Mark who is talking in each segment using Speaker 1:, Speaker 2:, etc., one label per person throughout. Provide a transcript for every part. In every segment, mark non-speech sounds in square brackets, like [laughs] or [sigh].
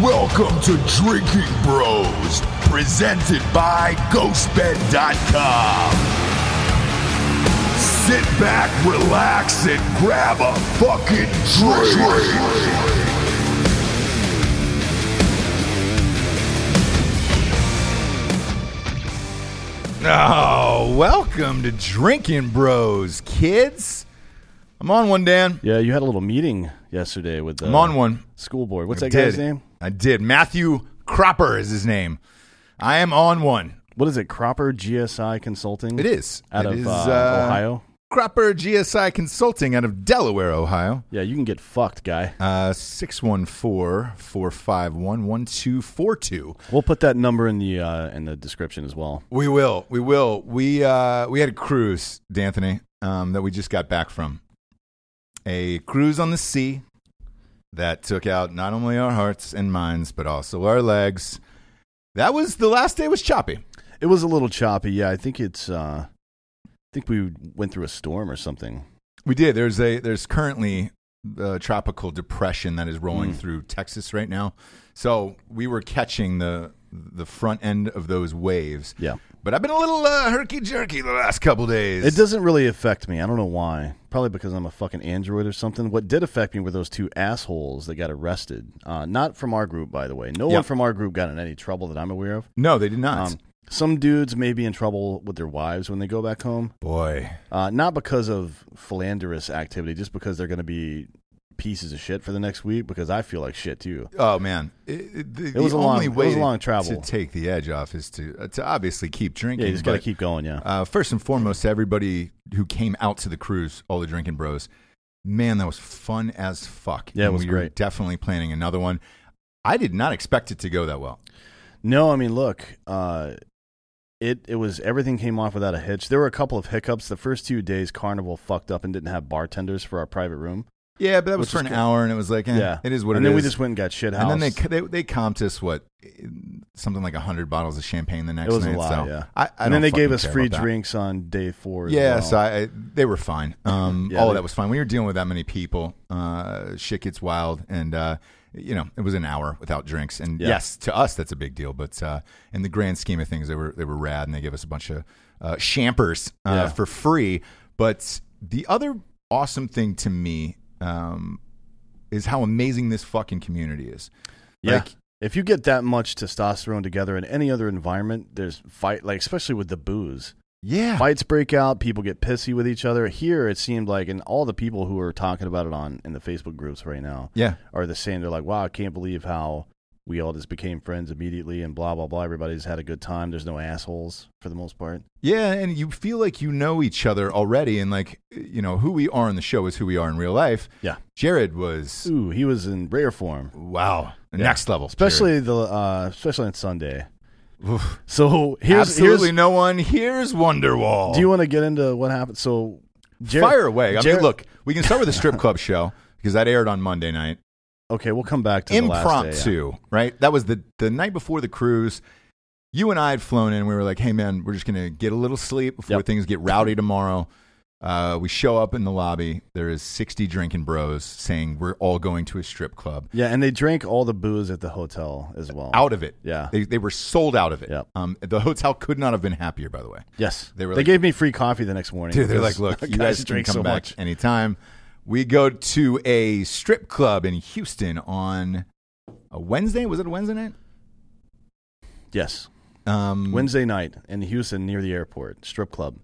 Speaker 1: Welcome to Drinking Bros, presented by GhostBed.com. Sit back, relax, and grab a fucking drink.
Speaker 2: Oh, welcome to Drinking Bros, kids. I'm on one, Dan.
Speaker 3: Yeah, you had a little meeting yesterday with the
Speaker 2: I'm on one.
Speaker 3: school board. What's
Speaker 2: I
Speaker 3: that guy's
Speaker 2: did.
Speaker 3: name?
Speaker 2: I did. Matthew Cropper is his name. I am on one.
Speaker 3: What is it? Cropper GSI Consulting.
Speaker 2: It is.
Speaker 3: out
Speaker 2: It
Speaker 3: of
Speaker 2: is,
Speaker 3: uh,
Speaker 2: uh,
Speaker 3: Ohio.
Speaker 2: Cropper GSI Consulting out of Delaware, Ohio.
Speaker 3: Yeah, you can get fucked, guy.
Speaker 2: Uh, 614-451-1242.
Speaker 3: We'll put that number in the uh, in the description as well.
Speaker 2: We will. We will. We uh we had a cruise, D'Anthony, um, that we just got back from. A cruise on the sea that took out not only our hearts and minds, but also our legs. That was the last day was choppy.
Speaker 3: It was a little choppy. Yeah, I think it's. Uh, I think we went through a storm or something.
Speaker 2: We did. There's a there's currently the tropical depression that is
Speaker 3: Mm.
Speaker 2: rolling through Texas right now. So we were catching the the front end of those waves.
Speaker 3: Yeah,
Speaker 2: But I've been a little uh, herky jerky the last couple days.
Speaker 3: it doesn't really affect me. I don't know why. Probably because I'm a fucking android or something. What did affect me were those two assholes that got arrested. Uh, not from our group, by the way. No
Speaker 2: Yeah.
Speaker 3: one from our group got in any trouble that I'm aware of.
Speaker 2: No, they did not.
Speaker 3: Um, some dudes may be in trouble with their wives when they go back home,
Speaker 2: Boy.
Speaker 3: uh, not because of philanderous activity, just because they're going to be pieces of shit for the next week. Because I feel like shit too.
Speaker 2: Oh man, it, it, the,
Speaker 3: was
Speaker 2: the
Speaker 3: a long-
Speaker 2: only
Speaker 3: it
Speaker 2: way
Speaker 3: was a
Speaker 2: to-
Speaker 3: long travel.
Speaker 2: to take the edge off is to uh, to obviously keep drinking.
Speaker 3: Yeah, you just got to
Speaker 2: but,
Speaker 3: keep going. Yeah,
Speaker 2: Uh, first and foremost, to everybody who came out to the cruise, all the drinking bros, man, that was fun as fuck.
Speaker 3: Yeah, it
Speaker 2: And
Speaker 3: was
Speaker 2: we Are
Speaker 3: great.
Speaker 2: definitely planning another one. I did not expect it to go that well.
Speaker 3: no, I mean, look, uh, it it was everything came off without a hitch. There were a couple of hiccups. The first two days, Carnival fucked up and didn't have bartenders for our private room.
Speaker 2: Yeah, but that was
Speaker 3: Which
Speaker 2: for
Speaker 3: is
Speaker 2: an
Speaker 3: good.
Speaker 2: hour, and it was like, eh,
Speaker 3: yeah,
Speaker 2: it is what
Speaker 3: and
Speaker 2: it
Speaker 3: then we
Speaker 2: is.
Speaker 3: just went and got shit
Speaker 2: and
Speaker 3: housed.
Speaker 2: then they, they they comped us what something like hundred bottles of champagne the next
Speaker 3: it was
Speaker 2: night.
Speaker 3: a lot.
Speaker 2: so
Speaker 3: yeah,
Speaker 2: I, I
Speaker 3: and then
Speaker 2: don't
Speaker 3: they gave
Speaker 2: fucking
Speaker 3: us
Speaker 2: care
Speaker 3: free
Speaker 2: about that.
Speaker 3: drinks on day four. as
Speaker 2: Yeah,
Speaker 3: well.
Speaker 2: so I, I- they were fine. Um,
Speaker 3: [laughs] Yeah,
Speaker 2: all of
Speaker 3: they-
Speaker 2: that was fine. When you're dealing with that many people, uh, shit gets wild, and uh, you know it was an hour without drinks. And
Speaker 3: Yeah.
Speaker 2: yes, to us that's a big deal, but uh, in the grand scheme of things, they were they were rad, and they gave us a bunch of uh, champers uh,
Speaker 3: Yeah.
Speaker 2: for free. But the other awesome thing to me um, is how amazing this fucking community is.
Speaker 3: Yeah.
Speaker 2: Like-
Speaker 3: if you get that much testosterone together in any other environment, there's fight, like especially with
Speaker 2: [laughs]
Speaker 3: the booze.
Speaker 2: Yeah,
Speaker 3: Fights break out, people get pissy with each other. Here, it seemed like, and all the people who are talking about it on in the Facebook groups right now
Speaker 2: yeah.
Speaker 3: are the same. They're like, wow, I can't believe how we all just became friends immediately and blah, blah, blah. Everybody's had a good time. There's no assholes for the most part.
Speaker 2: Yeah, and you feel like you know each other already, and like you know who we are on the show is who we are in real life.
Speaker 3: Yeah.
Speaker 2: Jared was
Speaker 3: Ooh, he was in rare form,
Speaker 2: wow, next level,
Speaker 3: especially the uh, especially on Sunday.
Speaker 2: Jared. Oof.
Speaker 3: So here's,
Speaker 2: absolutely
Speaker 3: here's
Speaker 2: no one. Here's Wonderwall.
Speaker 3: do you want to get into what happened? So Jared,
Speaker 2: fire away? I
Speaker 3: Jared-
Speaker 2: mean, look, we can start with the strip club show because that aired on Monday night,
Speaker 3: Okay, we'll come back to the last day, yeah.
Speaker 2: impromptu, right? That was the the night before the cruise. You and I had flown in. We were like, "Hey, man, we're just gonna get a little sleep before
Speaker 3: Yep.
Speaker 2: things get rowdy tomorrow." Uh, we show up in the lobby. There is sixty drinking bros saying we're all going to a strip club.
Speaker 3: Yeah, and they drank all the booze at the hotel as well.
Speaker 2: out of it.
Speaker 3: Oh. Yeah.
Speaker 2: They, they were sold out of it.
Speaker 3: Yep.
Speaker 2: Um, the hotel could not have been happier, by the way.
Speaker 3: Yes,
Speaker 2: They
Speaker 3: they,
Speaker 2: were
Speaker 3: were
Speaker 2: like-
Speaker 3: they gave me free coffee the next morning.
Speaker 2: Dude, they're like,
Speaker 3: because [laughs]
Speaker 2: look, you
Speaker 3: guys
Speaker 2: guys can
Speaker 3: drink
Speaker 2: come
Speaker 3: so
Speaker 2: back
Speaker 3: much.
Speaker 2: anytime. We go to a strip club in Houston on a Wednesday. Was it a Wednesday night?
Speaker 3: Yes,
Speaker 2: Um,
Speaker 3: Wednesday night in Houston near the airport, strip club.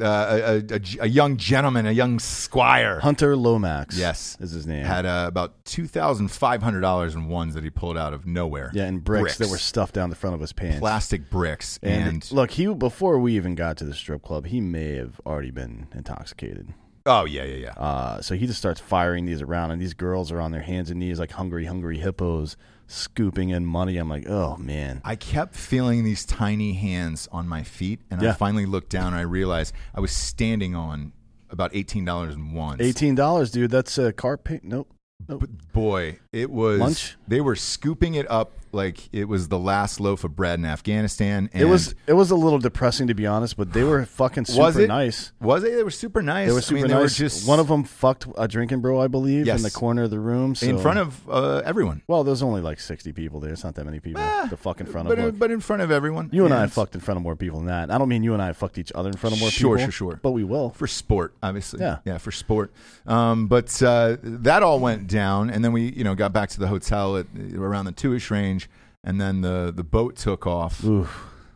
Speaker 2: uh, a, a- a g- a young gentleman, a young squire,
Speaker 3: Hunter Lomax.
Speaker 2: Yes.
Speaker 3: is his name.
Speaker 2: had uh, about two thousand five hundred dollars in ones that he pulled out of nowhere.
Speaker 3: yeah, and bricks, that were stuffed down the front of his pants.
Speaker 2: plastic bricks,
Speaker 3: and,
Speaker 2: and
Speaker 3: look, he before we even got to the strip club, he may have already been intoxicated.
Speaker 2: oh yeah, yeah, yeah.
Speaker 3: Uh, so he just starts firing these around, and these girls are on their hands and knees like hungry, hungry hippos, scooping in money. I'm like, oh man,
Speaker 2: I kept feeling these tiny hands on my feet, and I
Speaker 3: Yeah.
Speaker 2: finally looked down and I realized I was standing on about eighteen dollars and one.
Speaker 3: eighteen dollars, dude. That's a car pay. Nope.
Speaker 2: But boy, it was
Speaker 3: Lunch?
Speaker 2: They were scooping it up like it was the last loaf of bread in Afghanistan. And
Speaker 3: It was it was a little depressing to be honest, but
Speaker 2: [sighs]
Speaker 3: they were fucking super
Speaker 2: was it
Speaker 3: nice.
Speaker 2: Was it? They were super nice.
Speaker 3: They were
Speaker 2: I
Speaker 3: super
Speaker 2: mean, they
Speaker 3: nice.
Speaker 2: were just
Speaker 3: One of them fucked a drinking bro, I believe,
Speaker 2: Yes.
Speaker 3: in the corner of the room. So.
Speaker 2: in front of uh, everyone.
Speaker 3: Well, there's only like 60 people there. It's not that many people.
Speaker 2: Ah,
Speaker 3: the fuck in front
Speaker 2: but,
Speaker 3: of.
Speaker 2: in-
Speaker 3: look.
Speaker 2: but in front of everyone.
Speaker 3: you and I
Speaker 2: Yeah,
Speaker 3: have fucked in front of more people than that. I don't mean you and I have fucked each other in front of more
Speaker 2: Sure,
Speaker 3: people.
Speaker 2: sure, sure.
Speaker 3: But we will.
Speaker 2: for sport, obviously.
Speaker 3: Yeah.
Speaker 2: yeah, for sport. Um, but uh, that all went down, and then we, you know, got back to the hotel at around the two-ish range, and then the the boat took off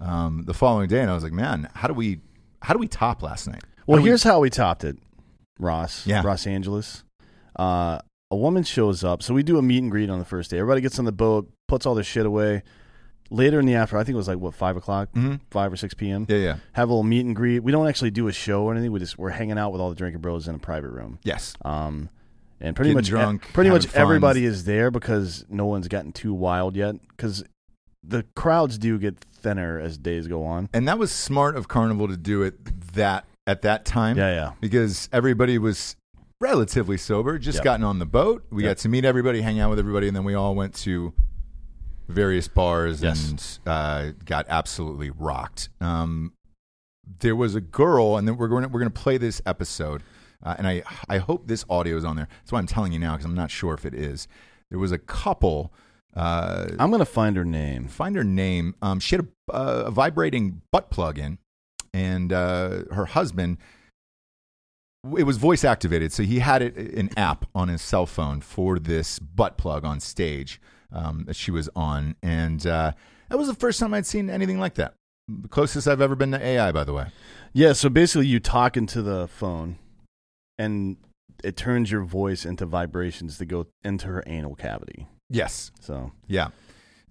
Speaker 2: um, the following day, and I was like, man, how do we how do we top last night? How
Speaker 3: Well,
Speaker 2: do we-
Speaker 3: here's how we topped it, Ross.
Speaker 2: Yeah.
Speaker 3: Los Angeles. Uh, a woman shows up. So we do a meet and greet on the first day. Everybody gets on the boat, puts all their shit away. Later in the afternoon, I think it was like what five o'clock, five or six p.m.
Speaker 2: Mm-hmm. yeah, yeah,
Speaker 3: Have a little meet and greet. We don't actually do a show or anything. We just we're hanging out with all the drinking bros in a private room.
Speaker 2: yes,
Speaker 3: Um, and pretty
Speaker 2: Getting
Speaker 3: much
Speaker 2: drunk,
Speaker 3: pretty much
Speaker 2: having fun.
Speaker 3: everybody is there because no one's gotten too wild yet. Because the crowds do get thinner as days go on.
Speaker 2: and that was smart of Carnival to do it that at that time.
Speaker 3: Yeah, yeah.
Speaker 2: because everybody was relatively sober, just
Speaker 3: Yep.
Speaker 2: gotten on the boat. We
Speaker 3: Yep.
Speaker 2: got to meet everybody, hang out with everybody, and then we all went to various bars
Speaker 3: Yes.
Speaker 2: and uh, got absolutely rocked. Um, there was a girl, and then we're going to, we're going to play this episode, uh, and I I hope this audio is on there. That's why I'm telling you now because I'm not sure if it is. There was a couple. Uh,
Speaker 3: I'm gonna find her name.
Speaker 2: find her name. Um, she had a, uh, a vibrating butt plug in, and uh, her husband. It was voice activated, so he had it, uh, an app on his cell phone for this butt plug on stage um, that she was on, and uh, that was the first time I'd seen anything like that. The closest I've ever been to AI, by the way.
Speaker 3: Yeah, so basically you talk into the phone and it turns your voice into vibrations that go into her anal cavity.
Speaker 2: Yes,
Speaker 3: So
Speaker 2: yeah,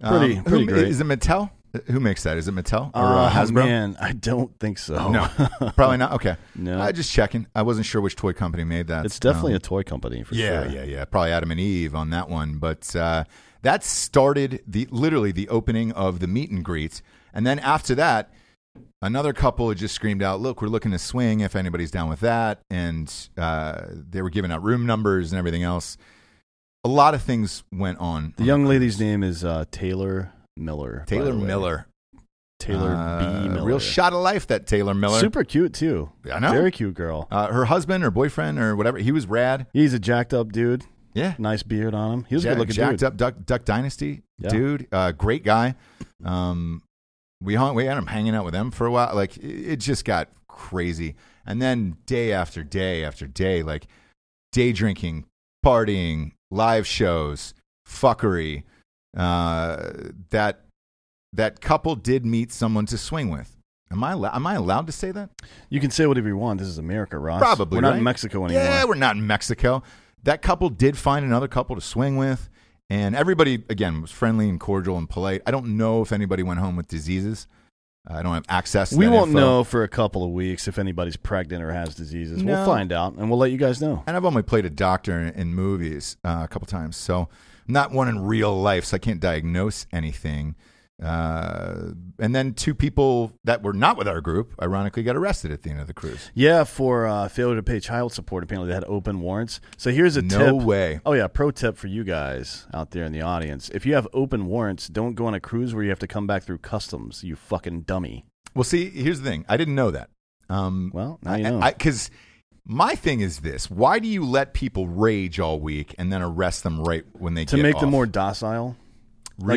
Speaker 2: Um,
Speaker 3: Pretty-
Speaker 2: who-
Speaker 3: pretty great.
Speaker 2: Is it Mattel? Uh, Who makes that? Is it Mattel or
Speaker 3: Ah,
Speaker 2: uh, Hasbro?
Speaker 3: man, I don't think so. [laughs]
Speaker 2: No, probably not. Okay,
Speaker 3: No.
Speaker 2: I just checking. I wasn't sure which toy company made that.
Speaker 3: it's definitely
Speaker 2: Um,
Speaker 3: a toy company for
Speaker 2: yeah,
Speaker 3: sure.
Speaker 2: yeah, yeah. Probably Adam and Eve on that one, but uh, that started the literally the opening of the meet and greet, and then after that, another couple had just screamed out, "Look, we're looking to swing. If anybody's down with that," and uh, they were giving out room numbers and everything else. A lot of things went on.
Speaker 3: The young lady's name is uh, Taylor Miller. by
Speaker 2: Taylor
Speaker 3: the way.
Speaker 2: Miller,
Speaker 3: Taylor
Speaker 2: Uh,
Speaker 3: B. Miller.
Speaker 2: real shot of life. That Taylor Miller,
Speaker 3: Super cute too.
Speaker 2: I know.
Speaker 3: Very cute girl.
Speaker 2: uh, her husband or boyfriend or whatever, he was rad.
Speaker 3: He's a jacked up dude.
Speaker 2: Yeah,
Speaker 3: Nice beard on him. He was a
Speaker 2: Jack-
Speaker 3: good looking
Speaker 2: jacked
Speaker 3: dude.
Speaker 2: up Duck, Duck Dynasty
Speaker 3: Yeah.
Speaker 2: dude. Uh, great guy. Um, we hung, we had him hanging out with them for a while. Like it, it just got crazy, and then day after day after day, like day drinking, partying, live shows, fuckery. Uh, that that couple did meet someone to swing with. Am I allo- am I allowed to say that?
Speaker 3: You can say whatever you want. This is America, Ross.
Speaker 2: Probably
Speaker 3: We're not
Speaker 2: right?
Speaker 3: in Mexico anymore.
Speaker 2: Yeah, we're not in Mexico. That couple did find another couple to swing with, and everybody again was friendly and cordial and polite. I don't know if anybody went home with diseases. I don't have access. to
Speaker 3: We
Speaker 2: that
Speaker 3: won't
Speaker 2: info.
Speaker 3: know for a couple of weeks if anybody's pregnant or has diseases.
Speaker 2: No.
Speaker 3: We'll find out and we'll let you guys know.
Speaker 2: And I've only played a doctor in, in movies uh, a couple times, so I'm not one in real life, so I can't diagnose anything. Uh, and then two people that were not with our group, ironically, got arrested at the end of the cruise.
Speaker 3: Yeah, for uh, failure to pay child support, apparently they had open warrants. So here's a
Speaker 2: No
Speaker 3: tip.
Speaker 2: way.
Speaker 3: Oh, yeah, pro tip for you guys out there in the audience. If you have open warrants, don't go on a cruise where you have to come back through customs, you fucking dummy.
Speaker 2: Well, see, here's the thing. I didn't know that. Um,
Speaker 3: Well, now you know.
Speaker 2: Because my thing is this: Why do you let people rage all week and then arrest them right when they
Speaker 3: To
Speaker 2: get
Speaker 3: make
Speaker 2: off?
Speaker 3: them more docile. like,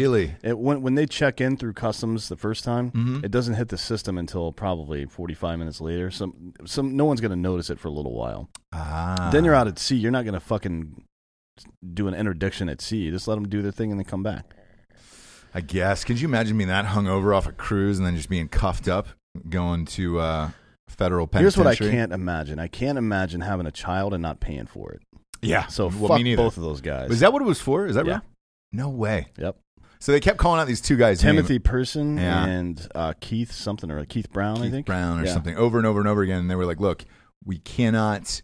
Speaker 2: really?
Speaker 3: It, when, when they check in through customs the first time,
Speaker 2: Mm-hmm.
Speaker 3: it doesn't hit the system until probably 45 minutes later. Some, some, no one's going to notice it for a little while.
Speaker 2: ah,
Speaker 3: then you're out at sea. You're not going to fucking do an interdiction at sea. You just let them do their thing and then come back.
Speaker 2: I guess. Could you imagine being that hungover off a cruise and then just being cuffed up going to uh, federal
Speaker 3: Here's what
Speaker 2: penitentiary?
Speaker 3: I can't imagine. I can't imagine having a child and not paying for it.
Speaker 2: Yeah.
Speaker 3: So
Speaker 2: well,
Speaker 3: fuck
Speaker 2: me neither.
Speaker 3: both of those guys.
Speaker 2: Is that what it was for? Is that
Speaker 3: Yeah.
Speaker 2: right? No way.
Speaker 3: yep.
Speaker 2: So they kept calling out these two guys. names.
Speaker 3: Timothy Person
Speaker 2: Yeah.
Speaker 3: and uh, Keith something or Keith Brown, I
Speaker 2: Keith
Speaker 3: think.
Speaker 2: Brown or
Speaker 3: Yeah.
Speaker 2: something over and over and over again. And they were like, look, we cannot,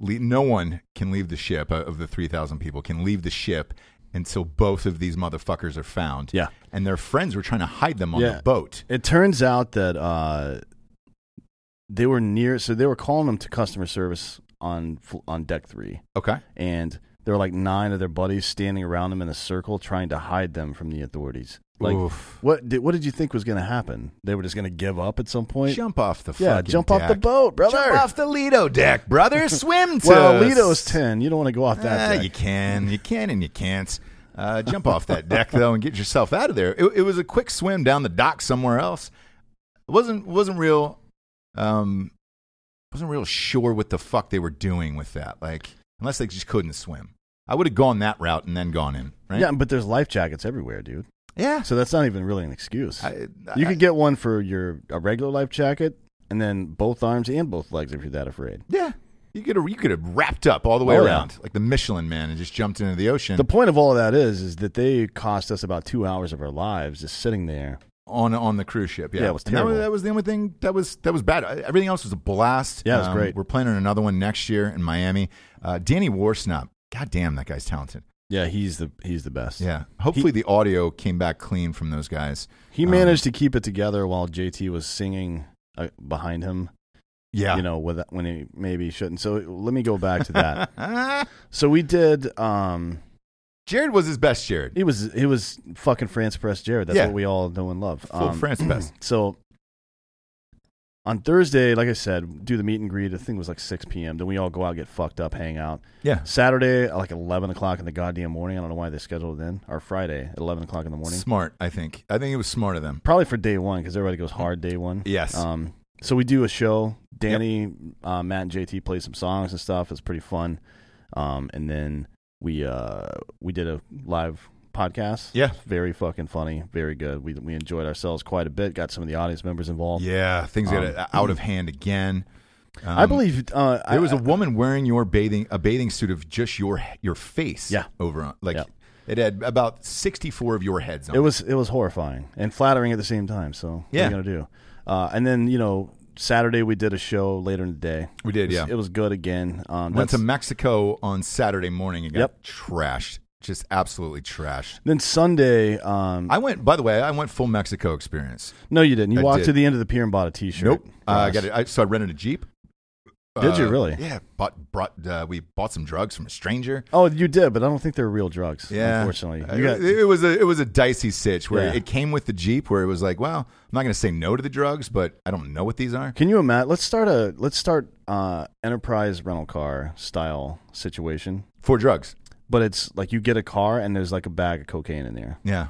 Speaker 2: le no one can leave the ship uh, of the 3,000 people can leave the ship until both of these motherfuckers are found.
Speaker 3: Yeah.
Speaker 2: And their friends were trying to hide them on
Speaker 3: Yeah.
Speaker 2: the boat.
Speaker 3: It turns out that uh, they were near, so they were calling them to customer service on fl- on deck three,
Speaker 2: Okay.
Speaker 3: and There were like nine of their buddies standing around them in a circle, trying to hide them from the authorities. Like,
Speaker 2: Oof.
Speaker 3: what did what did you think was going to happen? They were just going to give up at some point.
Speaker 2: Jump off the
Speaker 3: yeah,
Speaker 2: fucking
Speaker 3: jump off the
Speaker 2: deck.
Speaker 3: boat, brother.
Speaker 2: Jump off the Lido deck,
Speaker 3: [laughs]
Speaker 2: brother. Swim to
Speaker 3: well,
Speaker 2: us.
Speaker 3: Alito's ten. You don't want to go off that.
Speaker 2: Ah,
Speaker 3: deck.
Speaker 2: you can, you can, and you can't. Uh, jump off that deck though and get yourself out of there. It, it was a quick swim down the dock somewhere else. It wasn't wasn't real. Um, wasn't real sure what the fuck they were doing with that. Like unless they just couldn't swim, I would have gone that route and then gone in. Right?
Speaker 3: Yeah, but there's life jackets everywhere, dude.
Speaker 2: yeah.
Speaker 3: So that's not even really an excuse.
Speaker 2: I- I-
Speaker 3: you could get one for your a regular life jacket, and then both arms and both legs if you're that afraid.
Speaker 2: yeah. You could have you could have wrapped up all the way
Speaker 3: Oh, yeah.
Speaker 2: around like the Michelin Man and just jumped into the ocean
Speaker 3: The point of all of that is, is that they cost us about two hours of our lives just sitting there.
Speaker 2: on on the cruise ship. Yeah,
Speaker 3: Yeah, it was
Speaker 2: And that, was,
Speaker 3: terrible.
Speaker 2: that was the only thing that was that was bad. Everything else was a blast. Um,
Speaker 3: Yeah, it was great.
Speaker 2: We're planning another one next year in Miami. Uh, Danny Warsnop, god damn, that guy's talented.
Speaker 3: Yeah, he's the he's the best.
Speaker 2: Yeah, hopefully the audio came back clean from those guys.
Speaker 3: he
Speaker 2: Um,
Speaker 3: managed to keep it together while JT was singing uh, behind him.
Speaker 2: Yeah,
Speaker 3: You know, with, when he maybe shouldn't. So let me go back
Speaker 2: [laughs]
Speaker 3: to that.
Speaker 2: Ah,
Speaker 3: so we did. um
Speaker 2: Jared was his best. Jared,
Speaker 3: He was he was fucking France Press Jared. That's
Speaker 2: Yeah.
Speaker 3: what we all know and love. Um,
Speaker 2: full France
Speaker 3: [clears throat]
Speaker 2: best.
Speaker 3: So on Thursday, like I said, do the meet and greet. The thing was like 6 p.m. Then we all go out, get fucked up, hang out.
Speaker 2: Yeah,
Speaker 3: Saturday, at like 11 o'clock in the goddamn morning. I don't know why they scheduled it then. Or Friday at 11 o'clock in the morning.
Speaker 2: smart. I think. I think it was smart of them.
Speaker 3: Probably for day one because everybody goes hard day one.
Speaker 2: Yes.
Speaker 3: Um, so we do a show. Danny, uh, Matt, and JT play some songs and stuff. It's pretty fun. Um, and then we uh, we did a live podcast.
Speaker 2: Yeah.
Speaker 3: It's very fucking funny. Very good. We we enjoyed ourselves quite a bit. Got some of the audience members involved.
Speaker 2: Yeah, things got
Speaker 3: Um,
Speaker 2: out of hand again. Um,
Speaker 3: I believe uh, I-
Speaker 2: There was a
Speaker 3: I-
Speaker 2: woman wearing your bathing a bathing suit of just your your face.
Speaker 3: Yeah.
Speaker 2: over on like
Speaker 3: Yeah.
Speaker 2: it had about sixty four of your heads on.
Speaker 3: it was it was horrifying and flattering at the same time. So
Speaker 2: Yeah.
Speaker 3: what are you gonna do? Uh, and then you know Saturday we did a show later in the day.
Speaker 2: We did,
Speaker 3: It was-
Speaker 2: yeah.
Speaker 3: It was good again. Um,
Speaker 2: Went to
Speaker 3: that's-
Speaker 2: Mexico on Saturday morning and got
Speaker 3: Yep.
Speaker 2: trashed, just absolutely trashed.
Speaker 3: then Sunday, um,
Speaker 2: I went. By the way, I went full Mexico experience.
Speaker 3: no, you didn't. You
Speaker 2: I
Speaker 3: walked
Speaker 2: did.
Speaker 3: to the end of the pier and bought a T-shirt.
Speaker 2: Uh, I
Speaker 3: Ross.
Speaker 2: got it. I, so I rented a jeep. Uh,
Speaker 3: Did you really?
Speaker 2: Yeah. Bought, brought. Uh, we bought some drugs from a stranger.
Speaker 3: Oh, you did, but I don't think they're real drugs.
Speaker 2: Yeah,
Speaker 3: unfortunately,
Speaker 2: Uh,
Speaker 3: you got,
Speaker 2: it, it was a it was a dicey sitch where
Speaker 3: Yeah.
Speaker 2: it came with the jeep, where it was like, well, I'm not going to say no to the drugs, but I don't know what these are.
Speaker 3: can you imagine? Let's start a let's start uh, enterprise rental car style situation,
Speaker 2: For drugs.
Speaker 3: but it's like you get a car and there's like a bag of cocaine in there.
Speaker 2: Yeah.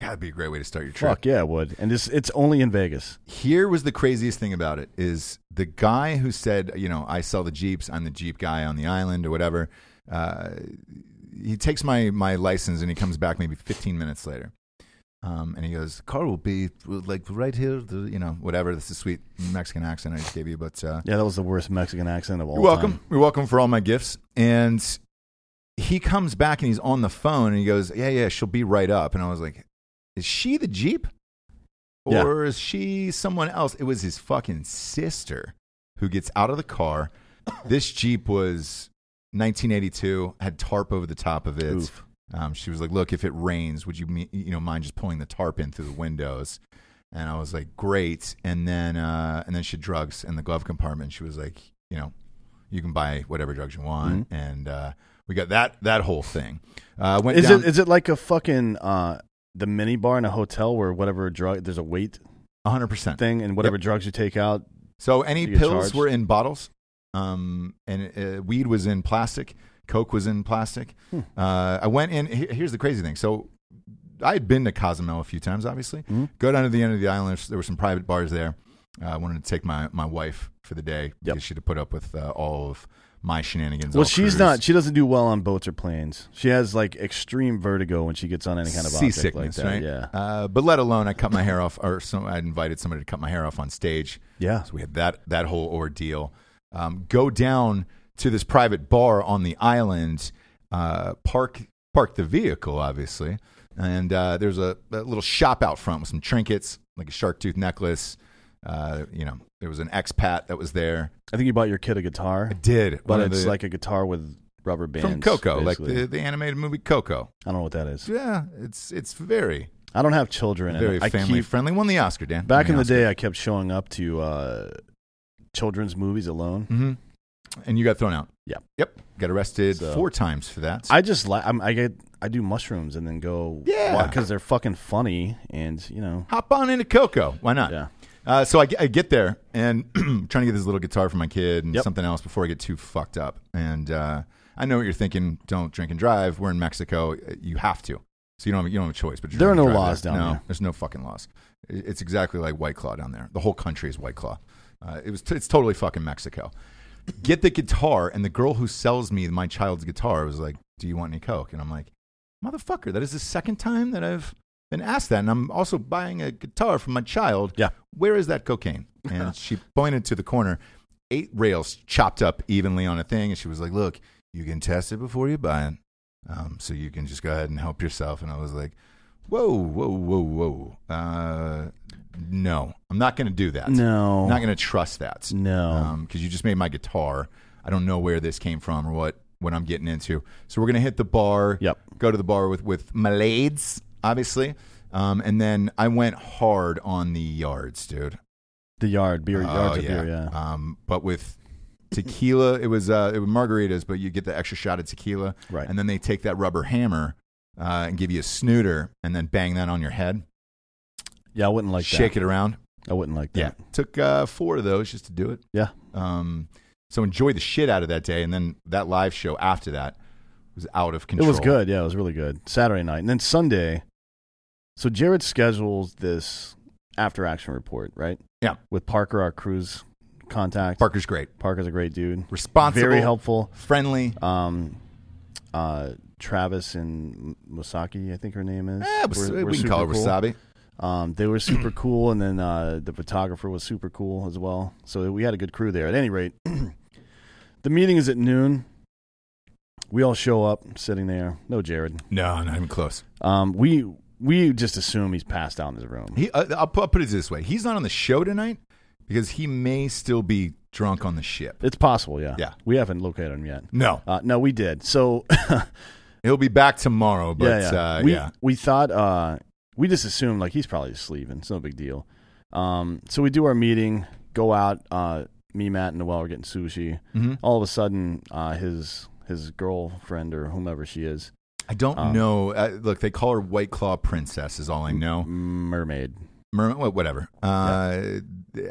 Speaker 2: That'd be a great way to start your trip.
Speaker 3: Fuck yeah, it would. And this it's only in Vegas.
Speaker 2: Here was the craziest thing about it is the guy who said, you know, I sell the Jeeps, I'm the Jeep guy on the island or whatever. Uh, he takes my, my license and he comes back maybe 15 minutes later. Um, and he goes, the car will be like right here, the, you know, whatever. This is sweet Mexican accent I just gave you, but uh,
Speaker 3: Yeah, that was the worst Mexican accent of all.
Speaker 2: You're welcome.
Speaker 3: time.
Speaker 2: You're welcome for all my gifts. And he comes back and he's on the phone and he goes, Yeah, yeah, she'll be right up. And I was like, Is she the Jeep?
Speaker 3: Yeah.
Speaker 2: Or is she someone else? It was his fucking sister who gets out of the car. This Jeep was 1982, had tarp over the top of it.
Speaker 3: Oof.
Speaker 2: Um, she was like, "Look, if it rains, would you me- you know mind just pulling the tarp in through the windows?" And I was like, "Great." And then uh, and then she had drugs in the glove compartment. She was like, "You know, you can buy whatever drugs you want."
Speaker 3: Mm-hmm.
Speaker 2: And uh, we got that that whole thing. Uh, went
Speaker 3: Is
Speaker 2: down.
Speaker 3: it is it like a fucking uh, the mini bar in a hotel where whatever drug there's a weight
Speaker 2: 100 percent.
Speaker 3: thing and whatever drugs you take out?
Speaker 2: So any
Speaker 3: You get
Speaker 2: pills
Speaker 3: charged?
Speaker 2: were in bottles, um, and uh, weed was in plastic. Coke was in plastic.
Speaker 3: Hmm.
Speaker 2: Uh, I went in. he- Here's the crazy thing. So I had been to Cozumel a few times. Obviously,
Speaker 3: Hmm.
Speaker 2: go down to the end of the island. There were some private bars there. Uh, I wanted to take my, my wife for the day because she'd have put up with uh, all of my shenanigans.
Speaker 3: Well,
Speaker 2: all
Speaker 3: she's
Speaker 2: cruise.
Speaker 3: not. She doesn't do well on boats or planes. She has like extreme vertigo when she gets on any kind of object like
Speaker 2: seasickness,
Speaker 3: that.
Speaker 2: right?
Speaker 3: Yeah,
Speaker 2: Uh, but let alone I cut my hair off, or some, I invited somebody to cut my hair off on stage.
Speaker 3: yeah.
Speaker 2: So we had that that whole ordeal. Um, go down to this private bar on the island, uh, park park the vehicle, obviously, and uh, there's a, a little shop out front with some trinkets, like a shark tooth necklace. Uh, you know, there was an expat that was there.
Speaker 3: I think you bought your kid a guitar,
Speaker 2: Did
Speaker 3: but
Speaker 2: one of
Speaker 3: it's
Speaker 2: the-
Speaker 3: like a guitar with rubber bands
Speaker 2: from Coco,
Speaker 3: basically.
Speaker 2: like the, the animated movie Coco.
Speaker 3: I don't know what that is.
Speaker 2: Yeah, it's it's very
Speaker 3: I don't have children.
Speaker 2: very
Speaker 3: and I
Speaker 2: family
Speaker 3: keep,
Speaker 2: friendly. Won the Oscar, Dan.
Speaker 3: back
Speaker 2: Won
Speaker 3: in the
Speaker 2: Oscar.
Speaker 3: day, I kept showing up to uh, children's movies alone,
Speaker 2: Mhm. and you got thrown out.
Speaker 3: Yeah.
Speaker 2: Yep. Got arrested
Speaker 3: So-
Speaker 2: four times for that.
Speaker 3: I just like I'm, I get I do mushrooms and then go
Speaker 2: Yeah.
Speaker 3: because they're fucking funny and you know
Speaker 2: Hop on into Coco. Why not?
Speaker 3: yeah
Speaker 2: Uh, so I, I get there and [clears throat] trying to get this little guitar for my kid and
Speaker 3: Yep.
Speaker 2: something else before I get too fucked up. And uh, I know what you're thinking. Don't drink and drive. We're in Mexico. Uh, You have to. So you don't have, you don't have a choice. But you're
Speaker 3: There are
Speaker 2: gonna
Speaker 3: no
Speaker 2: drive
Speaker 3: laws
Speaker 2: there.
Speaker 3: down
Speaker 2: no,
Speaker 3: there.
Speaker 2: There's no fucking laws. It- It's exactly like White Claw down there. The whole country is White Claw. Uh, it was it's totally fucking Mexico. Get the guitar, and the girl who sells me my child's guitar was like, "Do you want any coke?" And I'm like, "Motherfucker, that is the second time that I've been asked that, and I'm also buying a guitar from my child.
Speaker 3: Yeah.
Speaker 2: where is that cocaine?" And she pointed to the corner, eight rails chopped up evenly on a thing, and she was like, "Look, you can test it before you buy it, um, so you can just go ahead and help yourself." And I was like, "Whoa, whoa, whoa, whoa! Uh, no, I'm not going to do that.
Speaker 3: no
Speaker 2: I'm not um, going to trust that.
Speaker 3: no
Speaker 2: because you just made my guitar. I don't know where this came from or what what I'm getting into. So we're gonna hit the bar.
Speaker 3: Yep.
Speaker 2: Go to the bar with with Malades, obviously. Um, and then I went hard on the yards, dude. Oh,
Speaker 3: the yard beer yards of beer yeah
Speaker 2: Um, but with tequila, it was uh, it was margaritas, but you get the extra shot of tequila,
Speaker 3: Right.
Speaker 2: And then they take that rubber hammer uh, and give you a snooter, and then bang that on your head,
Speaker 3: yeah I wouldn't like
Speaker 2: shake
Speaker 3: that.
Speaker 2: it around.
Speaker 3: I wouldn't like that
Speaker 2: Yeah. Took uh, four of those just to do it.
Speaker 3: Yeah.
Speaker 2: Um, so enjoy the shit out of that day. And then that live show after that was out of
Speaker 3: it
Speaker 2: control.
Speaker 3: was good yeah it was really good Saturday night and then Sunday so Jared schedules this after action report right
Speaker 2: Yeah.
Speaker 3: with Parker our cruise contact
Speaker 2: Parker's great.
Speaker 3: Parker's a great dude
Speaker 2: Responsible.
Speaker 3: very helpful
Speaker 2: Friendly.
Speaker 3: um uh Travis and Masaki I think her name is
Speaker 2: Eh,
Speaker 3: We're- we're
Speaker 2: we can
Speaker 3: super
Speaker 2: call her
Speaker 3: cool.
Speaker 2: Wasabi.
Speaker 3: Um, they were super [clears throat] cool, and then uh, the photographer was super cool as well. So we had a good crew there. At any rate, [clears throat] the meeting is at noon. We all show up, sitting there. No Jared.
Speaker 2: No, not even close.
Speaker 3: Um, we we just assume he's passed out in his room.
Speaker 2: He, uh, I'll, pu- I'll put it this way: he's not on the show tonight because he may still be drunk on the ship.
Speaker 3: It's possible, yeah.
Speaker 2: Yeah.
Speaker 3: we haven't located him yet.
Speaker 2: No,
Speaker 3: Uh, no, we did. So [laughs]
Speaker 2: he'll be back tomorrow. But
Speaker 3: yeah, yeah.
Speaker 2: Uh,
Speaker 3: we,
Speaker 2: yeah.
Speaker 3: we thought uh, we just assumed like he's probably asleep and it's no big deal. Um, so we do our meeting, go out. Uh, me, Matt, and Noel are getting sushi.
Speaker 2: Mhm.
Speaker 3: All of a sudden, uh, his his girlfriend or whomever she is,
Speaker 2: I don't
Speaker 3: Um,
Speaker 2: know. Uh, look, they call her White Claw Princess. Is all I know.
Speaker 3: mermaid.
Speaker 2: Merman, wha- whatever. Uh,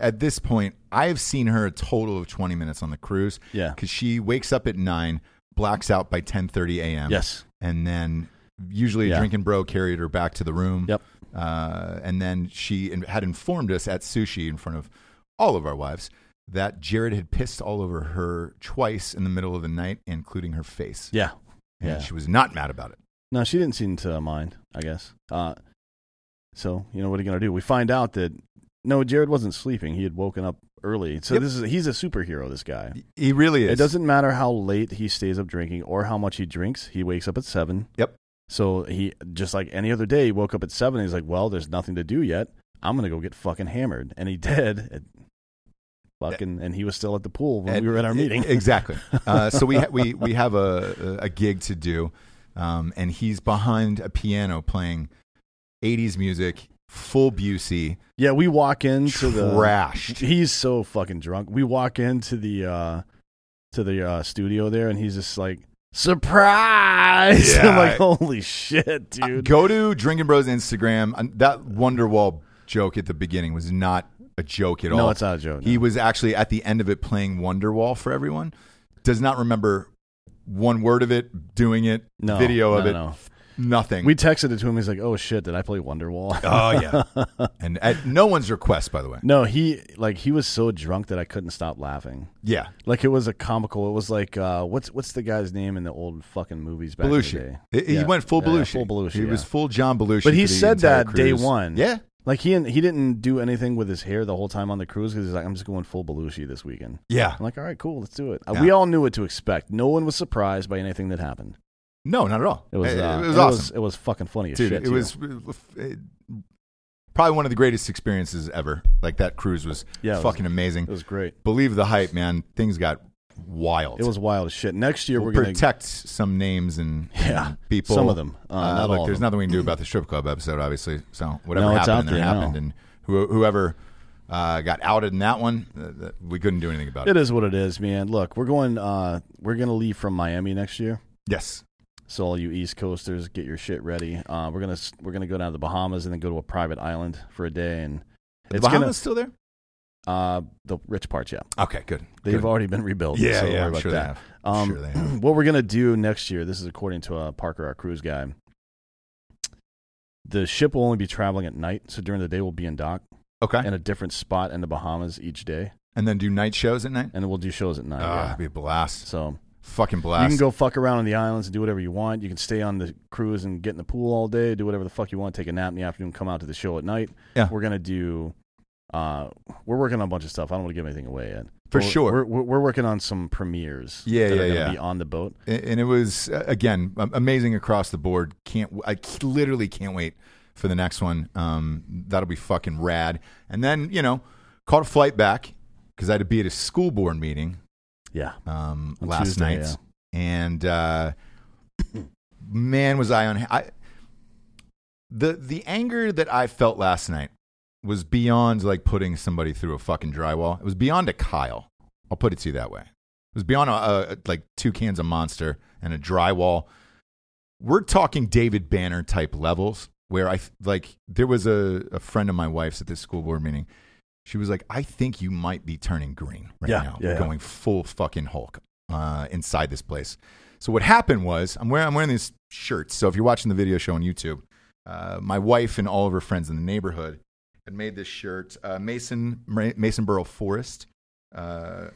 Speaker 2: At this point, I've seen her a total of 20 minutes on the cruise
Speaker 3: Yeah.
Speaker 2: because she wakes up at 9, blacks out by 10.30 a.m.
Speaker 3: Yes.
Speaker 2: And then usually a
Speaker 3: Yeah.
Speaker 2: drinking bro carried her back to the room.
Speaker 3: Yep.
Speaker 2: Uh, and then she in- had informed us at sushi in front of all of our wives that Jared had pissed all over her twice in the middle of the night, including her face.
Speaker 3: Yeah.
Speaker 2: And
Speaker 3: Yeah.
Speaker 2: she was not mad about it.
Speaker 3: No, she didn't seem to mind. I guess. Uh, so you know what are you gonna do? We find out that no, Jared wasn't sleeping. He had woken up early. So
Speaker 2: Yep.
Speaker 3: this is he's a superhero. This guy.
Speaker 2: He really is.
Speaker 3: It doesn't matter how late he stays up drinking or how much he drinks. He wakes up at seven.
Speaker 2: Yep.
Speaker 3: So he just like any other day, he woke up at seven. And he's like, "Well, there's nothing to do yet. I'm gonna go get fucking hammered," and he [laughs] did. It- fucking, and he was still at the pool when
Speaker 2: And- e-,
Speaker 3: we were at our meeting.
Speaker 2: Exactly. Uh, so we ha- we we have a a gig to do, um, and he's behind a piano playing '80s music, full Busey,
Speaker 3: [laughs] yeah, we walk into the
Speaker 2: trashed.
Speaker 3: He's so fucking drunk. We walk into the uh to the uh studio there, and he's just like. Surprise! [laughs]
Speaker 2: Yeah. Uh,
Speaker 3: I'm like, holy shit, dude.
Speaker 2: Go to Drinking Bros Instagram. Uh, That Wonderwall joke at the beginning was not a joke at all.
Speaker 3: no, it's not a joke. no.
Speaker 2: He was actually at the end of it playing Wonderwall for everyone. Does not remember one word of it, doing it,
Speaker 3: no,
Speaker 2: video of
Speaker 3: no,
Speaker 2: it,
Speaker 3: no.
Speaker 2: nothing.
Speaker 3: We texted it to him. He's like, "Oh shit, did I play Wonderwall?"
Speaker 2: oh yeah, and at no one's request, by the way.
Speaker 3: [laughs] no, he like he was so drunk that I couldn't stop laughing.
Speaker 2: Yeah,
Speaker 3: Like it was a comical. It was like uh, what's what's the guy's name in the old fucking movies back in the
Speaker 2: Belushi.
Speaker 3: day?
Speaker 2: He- He
Speaker 3: Yeah.
Speaker 2: went full
Speaker 3: Yeah,
Speaker 2: Belushi.
Speaker 3: full Belushi.
Speaker 2: He
Speaker 3: yeah.
Speaker 2: was full John Belushi.
Speaker 3: But he
Speaker 2: for the
Speaker 3: said
Speaker 2: entire
Speaker 3: that day
Speaker 2: cruise.
Speaker 3: one.
Speaker 2: Yeah,
Speaker 3: like he he didn't do anything with his hair the whole time on the cruise because he's like, "I'm just going full Belushi this weekend."
Speaker 2: yeah.
Speaker 3: I'm like, "All right, cool, let's do it." Uh,
Speaker 2: Yeah.
Speaker 3: We all knew what to expect. No one was surprised by anything that happened.
Speaker 2: No, not at all.
Speaker 3: It was uh,
Speaker 2: it was awesome,
Speaker 3: It was, fucking funny as
Speaker 2: dude.
Speaker 3: shit.
Speaker 2: it
Speaker 3: too.
Speaker 2: was uh, probably one of the greatest experiences ever. Like that cruise was
Speaker 3: Yeah, it was-
Speaker 2: fucking amazing.
Speaker 3: it was great.
Speaker 2: Believe the hype, man. Things got wild.
Speaker 3: It was wild as shit. Next year
Speaker 2: We'll
Speaker 3: we're gonna
Speaker 2: protect some names and
Speaker 3: Yeah,
Speaker 2: people.
Speaker 3: some of them. Uh,
Speaker 2: look,
Speaker 3: not all of
Speaker 2: there's
Speaker 3: them.
Speaker 2: nothing we can do about the strip club episode, obviously. So whatever
Speaker 3: No, it's out
Speaker 2: happened, that
Speaker 3: there now.
Speaker 2: happened, and who, whoever Uh, got outed in that one. Uh, that- we couldn't do anything about it.
Speaker 3: It is what it is, man. Look, we're going. Uh, we're gonna leave from Miami next year.
Speaker 2: Yes.
Speaker 3: So all you East Coasters, get your shit ready. Uh, we're gonna s- we're gonna go down to the Bahamas and then go to a private island for a day. And
Speaker 2: The
Speaker 3: it's
Speaker 2: Bahamas still there?
Speaker 3: gonna uh, the rich parts, yeah.
Speaker 2: Okay, good.
Speaker 3: They've
Speaker 2: Good.
Speaker 3: already been rebuilt.
Speaker 2: Yeah,
Speaker 3: so
Speaker 2: yeah,
Speaker 3: Worry
Speaker 2: I'm
Speaker 3: about
Speaker 2: sure they
Speaker 3: that.
Speaker 2: have.
Speaker 3: Um,
Speaker 2: Sure they have.
Speaker 3: [clears throat] What we're gonna do next year? This is according to uh, Parker, our cruise guy. The ship will only be traveling at night, so during the day we'll be in dock
Speaker 2: Okay.
Speaker 3: in a different spot in the Bahamas each day,
Speaker 2: And then do night shows at night?
Speaker 3: and then we'll do shows at night.
Speaker 2: Ah,
Speaker 3: Oh, yeah.
Speaker 2: it'd be a blast.
Speaker 3: So
Speaker 2: Fucking
Speaker 3: you
Speaker 2: blast.
Speaker 3: can go fuck around on the islands and do whatever you want. You can stay on the cruise and get in the pool all day, do whatever the fuck you want, take a nap in the afternoon, come out to the show at night.
Speaker 2: Yeah.
Speaker 3: We're gonna do. Uh, we're working on a bunch of stuff. I don't want to give anything away yet.
Speaker 2: For
Speaker 3: But we're-
Speaker 2: sure.
Speaker 3: We're, we're, we're working on some premieres.
Speaker 2: Yeah,
Speaker 3: that
Speaker 2: yeah,
Speaker 3: are gonna
Speaker 2: yeah.
Speaker 3: Be on the boat.
Speaker 2: A- and it was uh, again a- amazing across the board. Can't I c- literally can't wait for the next one. Um, that'll be fucking rad. And then you know, caught a flight back because I had to be at a school board meeting
Speaker 3: Yeah.
Speaker 2: um,
Speaker 3: On
Speaker 2: last
Speaker 3: Tuesday,
Speaker 2: night,
Speaker 3: yeah.
Speaker 2: and uh, [clears throat] man, was I on I, the the anger that I felt last night was beyond like putting somebody through a fucking drywall. It was beyond a Kyle. I'll put it to you that way. It was beyond a, a like two cans of Monster and a drywall. We're talking David Banner type levels where I f- like there was a, a friend of my wife's at this school board meeting. She was like, "I think you might be turning green right
Speaker 3: Yeah,
Speaker 2: now,
Speaker 3: yeah, yeah.
Speaker 2: going full fucking Hulk uh, inside this place." So what happened was I'm wearing I'm wearing these shirts. So if you're watching the video show on YouTube, uh, my wife and all of her friends in the neighborhood had made this shirt, uh, Mason Ma- Masonboro Forest, uh,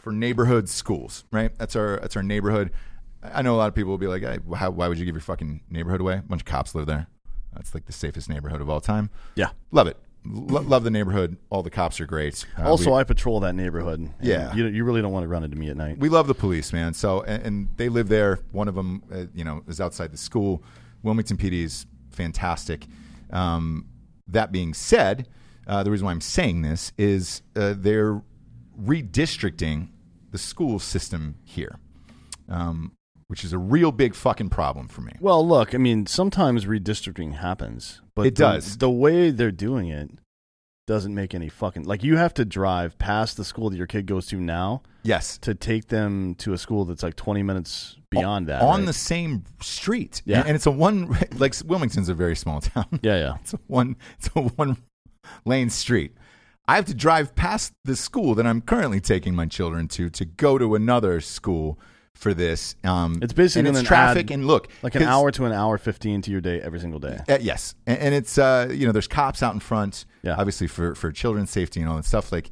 Speaker 2: for neighborhood schools. Right, that's our that's our neighborhood. I I know a lot of people will be like, hey, how, "Why would you give your fucking neighborhood away?" A bunch of cops live there. That's like the safest neighborhood of all time.
Speaker 3: Yeah.
Speaker 2: Love it. Lo- love the neighborhood. All the cops are great. Uh,
Speaker 3: also,
Speaker 2: we,
Speaker 3: I patrol that neighborhood. and
Speaker 2: Yeah.
Speaker 3: You, you really don't want to run into me at night.
Speaker 2: we love the police, man. So, and, and they live there. One of them, uh, you know, is outside the school. Wilmington PD is fantastic. Um, that being said, uh, the reason why I'm saying this is uh, they're redistricting the school system here, um, which is a real big fucking problem for me.
Speaker 3: Well, look, I mean, sometimes redistricting happens, but
Speaker 2: It
Speaker 3: the-
Speaker 2: does.
Speaker 3: The way they're doing it doesn't make any fucking like you have to drive past the school that your kid goes to now
Speaker 2: Yes.
Speaker 3: to take them to a school that's like 20 minutes beyond that.
Speaker 2: on
Speaker 3: right?
Speaker 2: the same street.
Speaker 3: Yeah.
Speaker 2: And, and it's a one, [laughs] like, Wilmington's a very small [laughs] town.
Speaker 3: Yeah, yeah.
Speaker 2: It's a one it's a one lane street. I have to drive past the school that I'm currently taking my children to to go to another school for this. Um,
Speaker 3: It's basically
Speaker 2: and
Speaker 3: an
Speaker 2: it's traffic
Speaker 3: ad-
Speaker 2: and look
Speaker 3: Like an
Speaker 2: 'cause-
Speaker 3: hour to an hour 15 to your day every single day.
Speaker 2: uh, yes, and, and it's uh, you know there's cops out in front,
Speaker 3: Yeah.
Speaker 2: obviously for for children's safety and all that stuff. Like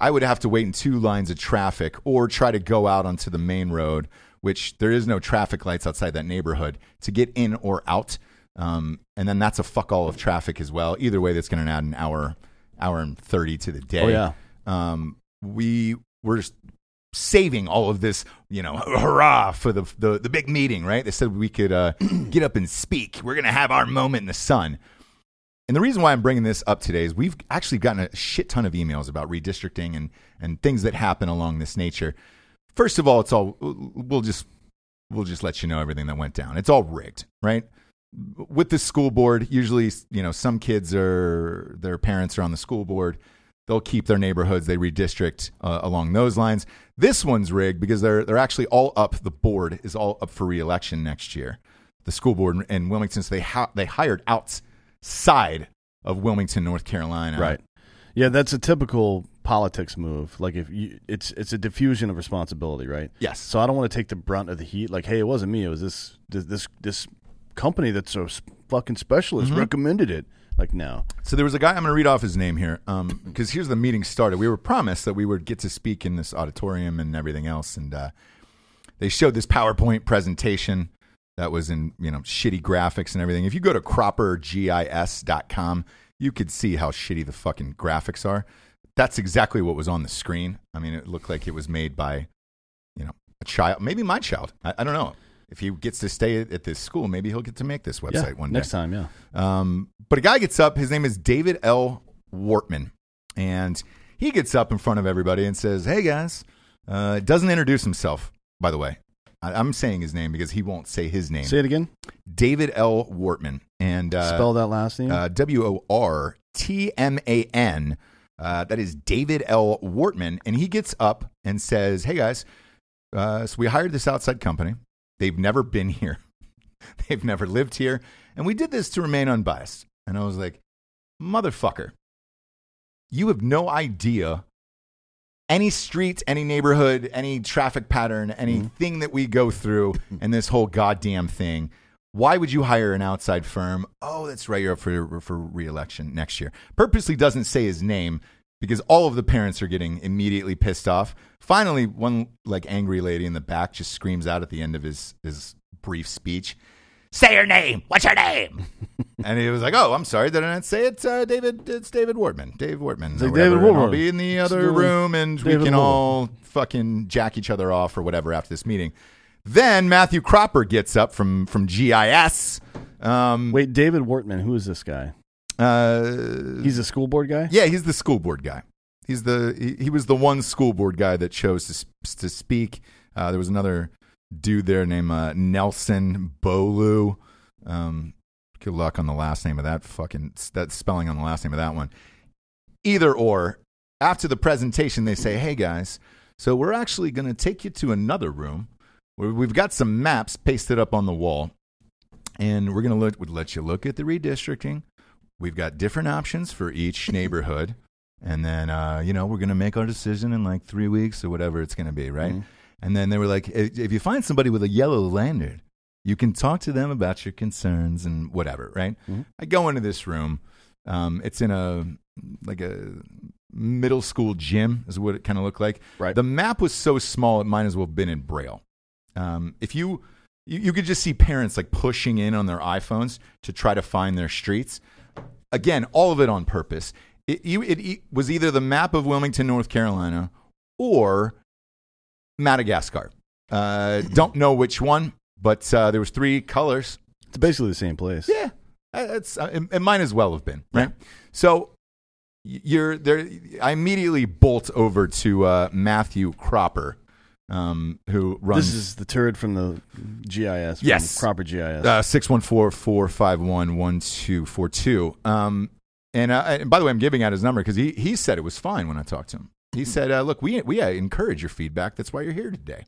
Speaker 2: I would have to wait in two lines of traffic or try to go out onto the main road, which there is no traffic lights outside that neighborhood to get in or out. Um, and then that's a fuck all of traffic as well. Either way, that's going to add an hour, hour and thirty to the day.
Speaker 3: Oh, yeah.
Speaker 2: Um, we were s- saving all of this, you know, [laughs] hurrah for the the, the big meeting, right? They said we could
Speaker 3: [clears throat]
Speaker 2: uh, get up and speak. We're gonna have our moment in the sun. And the reason why I'm bringing this up today is we've actually gotten a shit ton of emails about redistricting and and things that happen along this nature. First of all, it's all we'll just we'll just let you know everything that went down. It's all rigged, right? With the school board, usually, you know, some kids are their parents are on the school board. They'll keep their neighborhoods. They redistrict uh, along those lines. This one's rigged because they're they're actually all up. The board is all up for reelection next year. The school board in Wilmington, so they ha- they hired outside of Wilmington, North Carolina.
Speaker 3: Right. Yeah, that's a typical politics move. Like if you it's it's a diffusion of responsibility, right?
Speaker 2: Yes.
Speaker 3: So I don't want to take the brunt of the heat. Like, hey, it wasn't me. It was this this this, this company that's so s- fucking specialist
Speaker 2: Mm-hmm.
Speaker 3: recommended it. Like, no,
Speaker 2: So there was a guy. I'm going to read off his name here, because here's the meeting started. We were promised that we would get to speak in this auditorium and everything else, and uh, they showed this PowerPoint presentation that was in you know shitty graphics and everything. If you go to croppergis.com, you could see how shitty the fucking graphics are. That's exactly what was on the screen. I mean, it looked like it was made by you know a child, maybe my child. I, I don't know. If he gets to stay at at this school, maybe he'll get to make this website
Speaker 3: yeah,
Speaker 2: one day.
Speaker 3: next time, yeah.
Speaker 2: Um, but a guy gets up. His name is David L. Wortman, and he gets up in front of everybody and says, "Hey guys." Uh, doesn't introduce himself, by the way. I, I'm saying his name because he won't say his name.
Speaker 3: Say it again.
Speaker 2: David L. Wortman and uh,
Speaker 3: Spell that last name.
Speaker 2: uh, W O R T M A N. Uh, that is David L. Wortman. And he gets up and says, Hey guys, uh, so we hired this outside company. They've never been [laughs] here, they've never lived here. And we did this to remain unbiased. And I was like, Motherfucker, you have no idea any street, any neighborhood, any traffic pattern,
Speaker 3: Mm-hmm.
Speaker 2: anything that we go through
Speaker 3: [laughs]
Speaker 2: and this whole goddamn thing. Why would you hire an outside firm? Oh, that's right, you're up for, for reelection next year. Purposely doesn't say his name because all of the parents are getting immediately pissed off. Finally, one like angry lady in the back just screams out at the end of his, his brief speech, Say your name. What's your name?
Speaker 3: [laughs]
Speaker 2: and he was like, "Oh, I'm sorry, did I not say it, uh, David? It's David Wortman. Dave Wortman. or
Speaker 3: like, "David
Speaker 2: whatever, and I'll
Speaker 3: Wortman.
Speaker 2: be in the other
Speaker 3: David-
Speaker 2: room, and we
Speaker 3: David
Speaker 2: can
Speaker 3: Wortman."
Speaker 2: all fucking jack each other off or whatever after this meeting." Then Matthew Cropper gets up from from GIS. Um,
Speaker 3: Wait, David Wortman, who is this guy?
Speaker 2: uh,
Speaker 3: He's a school board guy?
Speaker 2: yeah, he's the school board guy. He's the he, he was the one school board guy that chose to s- to speak. Uh, there was another dude there named uh, Nelson Bolu. Um, good luck on the last name of that fucking that spelling on the last name of that one. Either or, after the presentation, they say, "Hey guys, so we're actually going to take you to another room where we've got some maps pasted up on the wall, and we're going to let, let you look at the redistricting. We've got different options for each neighborhood, and then uh, you know we're going to make our decision in like three weeks or whatever it's going to be, right?" And then they were like, "If if you find somebody with a yellow lanyard, you can talk to them about your concerns and whatever, right?" I go into this room. Um, it's in a like a middle school gym is what it kind of looked like.
Speaker 3: Right.
Speaker 2: The map was so small it might as well have been in braille. Um, if you, you you could just see parents like pushing in on their iPhones to try to find their streets. Again, all of it on purpose. It, you- it, it was either the map of Wilmington, North Carolina, or Madagascar. Uh, don't know which one, but uh, there was three colors.
Speaker 3: It's basically the same place.
Speaker 2: Yeah, Uh, it's uh, it, it might as well have been right. So y- you're there. I immediately bolt over to uh, Matthew Cropper, um, who
Speaker 3: This
Speaker 2: runs
Speaker 3: is the turd from the GIS. From
Speaker 2: Yes. Uh,
Speaker 3: Proper GIS.
Speaker 2: six one four four five one one two four two. Um, and, uh, and by the way, I'm giving out his number because he he said it was fine when I talked to him. He said, uh, "Look, we we uh, encourage your feedback. That's why you're here today."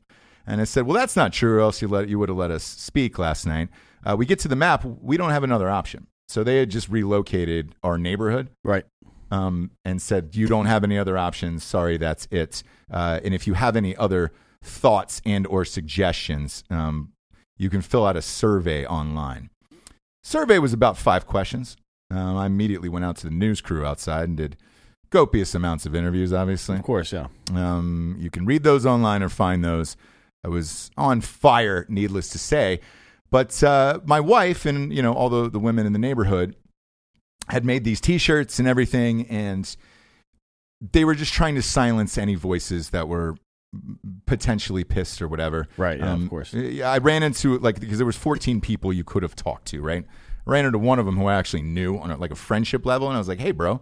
Speaker 2: And I said, "Well, that's not true. Or else you let you would have let us speak last night. Uh, we get to the map. We don't have another option. So they had just relocated our neighborhood."
Speaker 3: right.
Speaker 2: um, and said, "You don't have any other options. Sorry, that's it. Uh, and if you have any other thoughts and or suggestions, um, you can fill out a survey online." Survey was about five questions. Um, I immediately went out to the news crew outside and did copious amounts of interviews. Obviously,
Speaker 3: Of course, yeah.
Speaker 2: um, you can read those online or find those. I was on fire, needless to say. But uh, my wife and you know all the, the women in the neighborhood had made these T-shirts and everything, and they were just trying to silence any voices that were potentially pissed or whatever.
Speaker 3: Right, yeah, of course.
Speaker 2: Yeah, I ran into like because there was 14 people you could have talked to, right? I ran into one of them who I actually knew on a, like a friendship level, and I was like, "Hey, bro,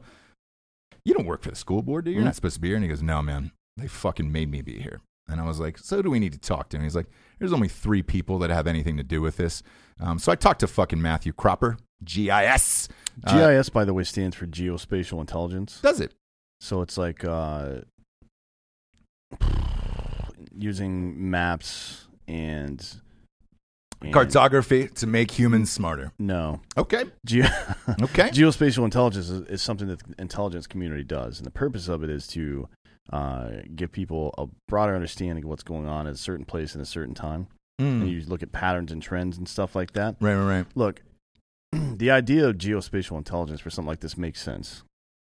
Speaker 2: you don't work for the school board, do you? You're
Speaker 3: Hmm?
Speaker 2: not supposed to be here." And he goes, "No, man, they fucking made me be here." And I was like, "So do we need to talk to him?" He's like, "There's only three people that have anything to do with this." Um, so I talked to fucking Matthew Cropper, GIS. Uh,
Speaker 3: GIS, by the way, stands for Geospatial Intelligence.
Speaker 2: does it?
Speaker 3: So it's like uh, [sighs] using maps and, and
Speaker 2: Cartography to make humans smarter.
Speaker 3: No,
Speaker 2: Okay,
Speaker 3: Geo-
Speaker 2: okay.
Speaker 3: geospatial intelligence is, is something that the intelligence community does, and the purpose of it is to uh, give people a broader understanding of what's going on at a certain place in a certain time. And
Speaker 2: Mm.
Speaker 3: you look at patterns and trends and stuff like that.
Speaker 2: Right, right, right.
Speaker 3: Look, [clears throat] the idea of geospatial intelligence for something like this makes sense,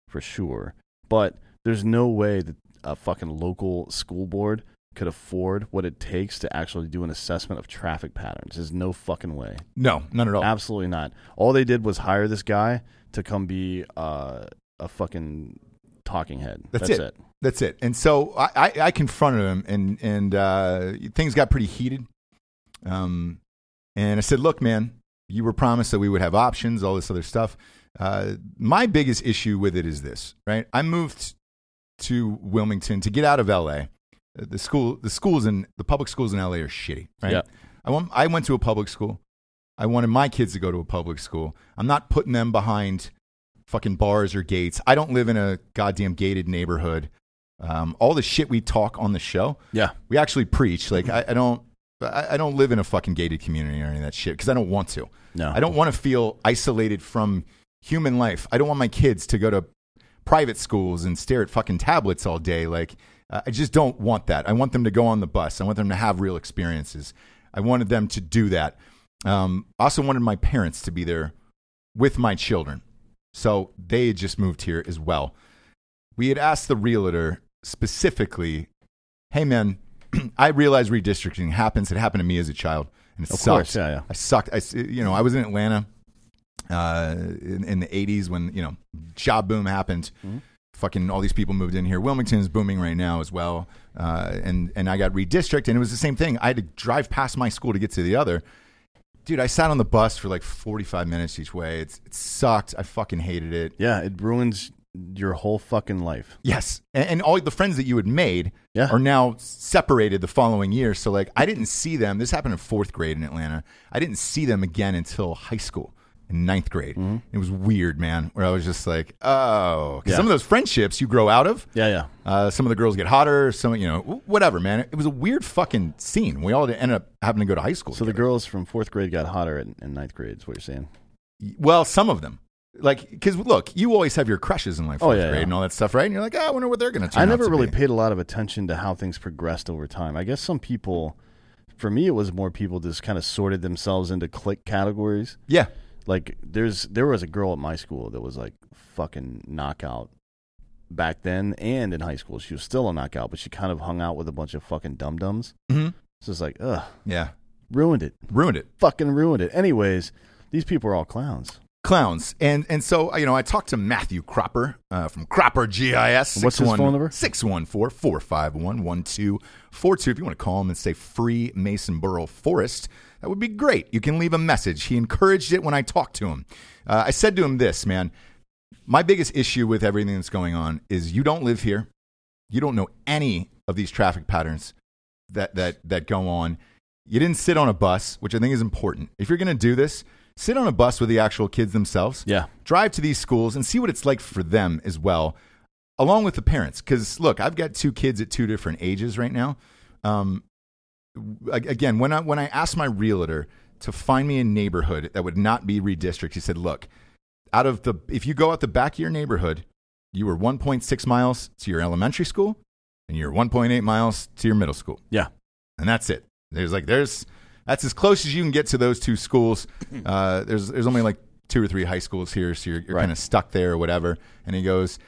Speaker 3: for sure. But there's no way that a fucking local school board could afford what it takes to actually do an assessment of traffic patterns. There's no fucking way.
Speaker 2: No, not at
Speaker 3: Oh.
Speaker 2: all.
Speaker 3: Absolutely not. All they did was hire this guy to come be uh, a fucking talking head.
Speaker 2: That's
Speaker 3: That's,
Speaker 2: it.
Speaker 3: it.
Speaker 2: That's it. And so I, I, I confronted him, and and uh, things got pretty heated. Um, and I said, "Look, man, you were promised that we would have options, all this other stuff. Uh, my biggest issue with it is this, right? I moved to Wilmington to get out of L.A. The school, the schools in the public schools in L.A. are shitty, right?
Speaker 3: Yeah.
Speaker 2: I want, I went to a public school. I wanted my kids to go to a public school. I'm not putting them behind fucking bars or gates. I don't live in a goddamn gated neighborhood. Um, all the shit we talk on the show,
Speaker 3: Yeah.
Speaker 2: we actually preach. Like I, I don't, I, I don't live in a fucking gated community or any of that shit because I don't want to.
Speaker 3: No.
Speaker 2: I don't want to feel isolated from human life. I don't want my kids to go to private schools and stare at fucking tablets all day. Like, uh, I just don't want that. I want them to go on the bus. I want them to have real experiences. I wanted them to do that. Um, I also wanted my parents to be there with my children. So they had just moved here as well. We had asked the realtor specifically, hey, man, [clears throat] I realize redistricting happens. It happened to me as a child. And it
Speaker 3: Of
Speaker 2: sucks.
Speaker 3: course, yeah, yeah.
Speaker 2: I sucked. I, s- you know, I was in Atlanta uh, in, in the 80s when, you know, job boom happened. Fucking all these people moved in here. Wilmington is booming right now as well. Uh, and, and I got redistricted, and it was the same thing. I had to drive past my school to get to the other. Dude, I sat on the bus for like 45 minutes each way. It's, it sucked. I fucking hated it.
Speaker 3: Yeah, it ruins your whole fucking life.
Speaker 2: Yes, and, and all the friends that you had made
Speaker 3: Yeah.
Speaker 2: are now separated the following year. So like, I didn't see them. This happened in fourth grade in Atlanta. I didn't see them again until high school in ninth grade. It was weird, man. Where I was just like, oh, 'Cause
Speaker 3: Mm-hmm. Yeah.
Speaker 2: some of those friendships you grow out of.
Speaker 3: Yeah, yeah.
Speaker 2: Uh, some of the girls get hotter. Some, you know, wh- whatever, man. It was a weird fucking scene. We all ended up having to go to high school.
Speaker 3: So the girls from fourth grade got hotter in, in ninth grade. Is what you're saying?
Speaker 2: Well, some of them. Like, because look, you always have your crushes in like
Speaker 3: Oh,
Speaker 2: fourth
Speaker 3: yeah,
Speaker 2: grade
Speaker 3: yeah.
Speaker 2: and all that stuff, right? And you're like, "Ah, I wonder what they're going to.
Speaker 3: I never really paid a lot of attention to how things progressed over time. I guess some people, for me, it was more people just kind of sorted themselves into clique categories.
Speaker 2: yeah,
Speaker 3: Like there's there was a girl at my school that was like fucking knockout back then, and in high school she was still a knockout, but she kind of hung out with a bunch of fucking dum dums.
Speaker 2: Mhm.
Speaker 3: It's just like ugh,
Speaker 2: yeah.
Speaker 3: ruined it,
Speaker 2: Ruined it.
Speaker 3: fucking ruined it. Anyways, these people are all clowns.
Speaker 2: clowns. And and so uh, you know, I talked to Matthew Cropper uh, from Cropper GIS.
Speaker 3: What's his phone number?
Speaker 2: 614-451-1242. If you want to call him and say free Mason Borough Forest, that would be great. You can leave a message. He encouraged it when I talked to him. Uh, I said to him this, man. My biggest issue with everything that's going on is you don't live here. You don't know any of these traffic patterns that that that go on. You didn't sit on a bus, which I think is important. If you're going to do this, sit on a bus with the actual kids themselves.
Speaker 3: Yeah.
Speaker 2: Drive to these schools and see what it's like for them as well, along with the parents. Because look, I've got two kids at two different ages right now. Um, a- again, when I when I asked my realtor to find me a neighborhood that would not be redistricted, he said, "Look, out of the if you go out the back of your neighborhood, you are 1.6 miles to your elementary school, and you're 1.8 miles to your middle school."
Speaker 3: Yeah.
Speaker 2: and that's it. There's like there's that's as close as you can get to those two schools. Uh, there's there's only like two or three high schools here, so you're, you're
Speaker 3: Right.
Speaker 2: kind of stuck there or whatever. And he goes,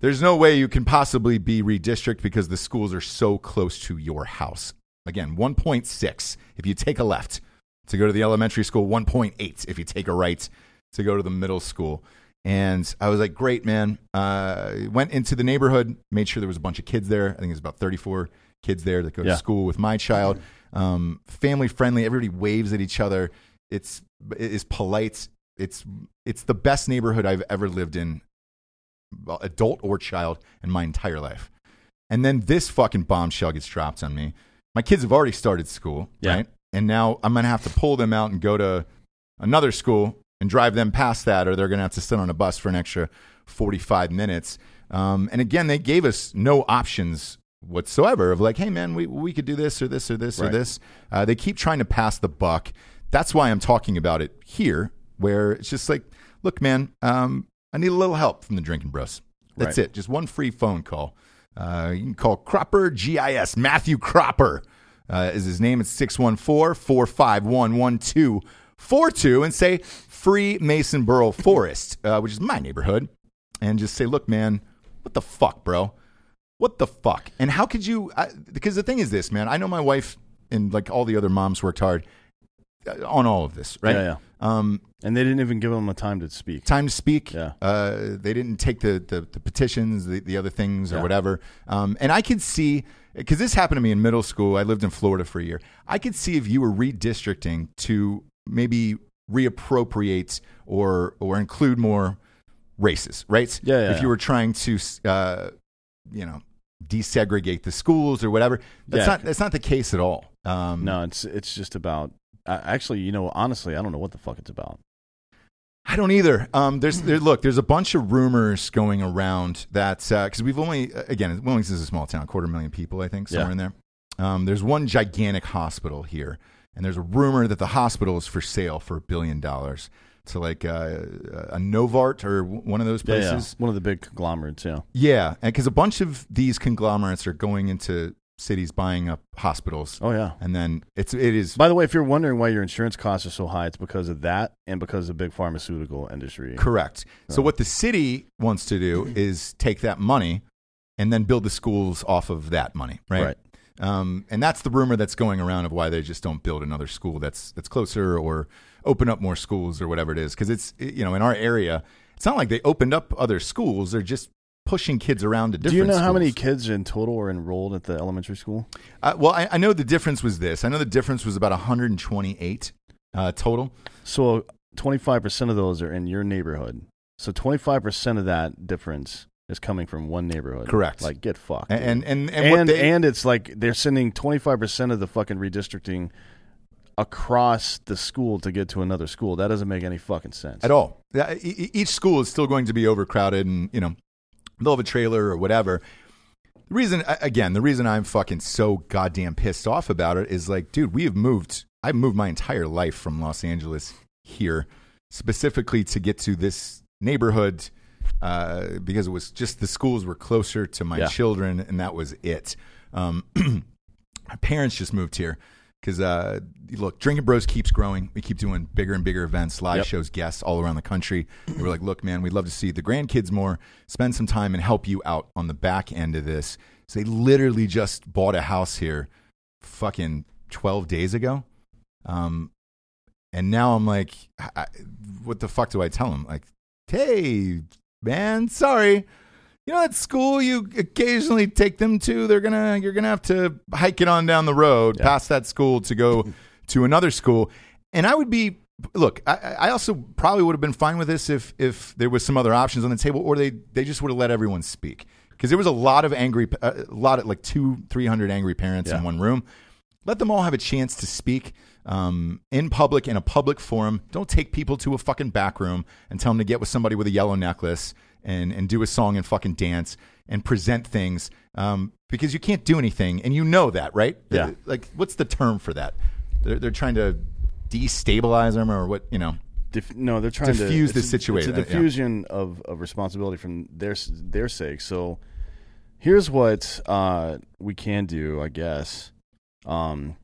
Speaker 2: "There's no way you can possibly be redistrict because the schools are so close to your house." Again, 1.6 if you take a left to go to the elementary school, 1.8 if you take a right to go to the middle school. And I was like, great, man. Uh, went into the neighborhood, made sure there was a bunch of kids there. I think it was about 34 kids there that go
Speaker 3: Yeah.
Speaker 2: to school with my child. Um, family friendly. Everybody waves at each other. It's it is polite. It's it's the best neighborhood I've ever lived in, well, adult or child, in my entire life. And then this fucking bombshell gets dropped on me. My kids have already started school,
Speaker 3: Yeah.
Speaker 2: right? And now I'm gonna have to pull them out and go to another school and drive them past that, or they're going to have to sit on a bus for an extra 45 minutes. Um, and again, they gave us no options whatsoever of like, hey, man, we, we could do this or this or this or
Speaker 3: Right.
Speaker 2: this. Uh, they keep trying to pass the buck. That's why I'm talking about it here, where it's just like, look, man, um, I need a little help from the drinking bros. That's
Speaker 3: Right.
Speaker 2: it. Just one free phone call. Uh, you can call Cropper GIS, Matthew Cropper uh, is his name. It's 614 451 1242 and say free Mason Borough Forest, uh, which is my neighborhood. And just say, look, man, what the fuck, bro? What the fuck? And how could you? I, because the thing is this, man, I know my wife and like all the other moms worked hard uh, on all of this, right?
Speaker 3: Yeah, yeah.
Speaker 2: Um,
Speaker 3: And they didn't even give them a time to speak.
Speaker 2: time to speak.
Speaker 3: Yeah.
Speaker 2: Uh, they didn't take the, the, the petitions, the, the other things, or
Speaker 3: Yeah.
Speaker 2: whatever. Um, and I could see, because this happened to me in middle school. I lived in Florida for a year. I could see if you were redistricting to maybe reappropriate or, or include more races, right?
Speaker 3: Yeah, yeah,
Speaker 2: If you were trying to, uh, you know, desegregate the schools or whatever. That's,
Speaker 3: Yeah.
Speaker 2: not, that's not the case at all. Um,
Speaker 3: No, it's it's just about. I, actually, you know, honestly, I don't know what the fuck it's about.
Speaker 2: I don't either. Um, there's there, look, there's a bunch of rumors going around that because we've only uh, again, Wilmington is a small town, quarter million people, I think, somewhere
Speaker 3: Yeah.
Speaker 2: in there. Um, there's one gigantic hospital here, and there's a rumor that the hospital is for sale for a billion dollars to like uh, a Novart or w- one of those
Speaker 3: Yeah, yeah.
Speaker 2: places.
Speaker 3: One of the big conglomerates, yeah.
Speaker 2: Yeah, and because a bunch of these conglomerates are going into cities buying up hospitals,
Speaker 3: Oh, yeah.
Speaker 2: and then it's it is
Speaker 3: By the way, if you're wondering why your insurance costs are so high, it's because of that and because of the big pharmaceutical industry.
Speaker 2: Correct.
Speaker 3: Uh-huh.
Speaker 2: So what the city wants to
Speaker 3: Mm-hmm.
Speaker 2: do is take that money and then build the schools off of that money, right?
Speaker 3: Right.
Speaker 2: Um, and that's the rumor that's going around of why they just don't build another school that's that's closer or open up more schools or whatever it is because it's you know in our area it's not like they opened up other schools they're just pushing kids around to different
Speaker 3: Do you know how many
Speaker 2: schools.
Speaker 3: kids in total are enrolled at the elementary school?
Speaker 2: Uh, well, I, I know the difference was this. I know the difference was about 128 uh, total.
Speaker 3: So 25% of those are in your neighborhood. So 25% of that difference is coming from one neighborhood.
Speaker 2: Correct.
Speaker 3: Like, get fucked. dude.
Speaker 2: And and and,
Speaker 3: and
Speaker 2: what
Speaker 3: and,
Speaker 2: they,
Speaker 3: it's like they're sending 25% of the fucking redistricting across the school to get to another school. That doesn't make any fucking sense.
Speaker 2: at all. Yeah, e- e- Each school is still going to be overcrowded, and you know they'll have a trailer or whatever. The reason, a- again, the reason I'm fucking so goddamn pissed off about it is like, dude, we have moved. I've moved my entire life from Los Angeles here, specifically to get to this neighborhood uh, because it was just the schools were closer to my
Speaker 3: Yeah.
Speaker 2: children, and that was it. Um, my parents just moved here because uh, look, Drinking Bros keeps growing. We keep doing bigger and bigger events, live
Speaker 3: Yep.
Speaker 2: shows, guests all around the country. And we're like, look, man, we'd love to see the grandkids more, spend some time and help you out on the back end of this. So they literally just bought a house here, fucking twelve days ago. Um, and now I'm like, I, I- what the fuck do I tell them? Like, hey, man, sorry. You know that school you occasionally take them to? They're gonna you're gonna have to hike it on down the road,
Speaker 3: Yeah.
Speaker 2: past that school to go to another school. And I would be look, I, I also probably would have been fine with this if if there was some other options on the table, or they they just would have let everyone speak because there was a lot of angry, uh, a lot of like two three hundred angry parents in
Speaker 3: Yeah.
Speaker 2: one room let them all have a chance to speak um, in public in a public forum. Don't take people to a fucking back room and tell them to get with somebody with a yellow necklace and, and do a song and fucking dance and present things um, because you can't do anything. And you know that, right?
Speaker 3: Yeah.
Speaker 2: Th- Like, what's the term for that? They're, they're trying to destabilize them or what, you know?
Speaker 3: Dif- no, they're trying
Speaker 2: Diffuse
Speaker 3: to
Speaker 2: the
Speaker 3: it's a-
Speaker 2: situation, yeah.
Speaker 3: It's a diffusion of, of responsibility from their s- their sake. So here's what uh, we can do, I guess. Um,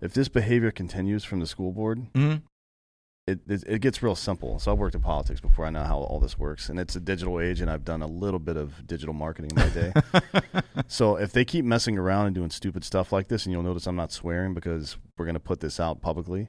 Speaker 3: if this behavior continues from the school board,
Speaker 2: Mhm. [laughs]
Speaker 3: it, it it gets real simple. So I worked in politics before. I know how all this works, and it's a digital age, and I've done a little bit of digital marketing in my
Speaker 2: [laughs]
Speaker 3: day. so if they keep messing around and doing stupid stuff like this, and you'll notice I'm not swearing because we're going to put this out publicly.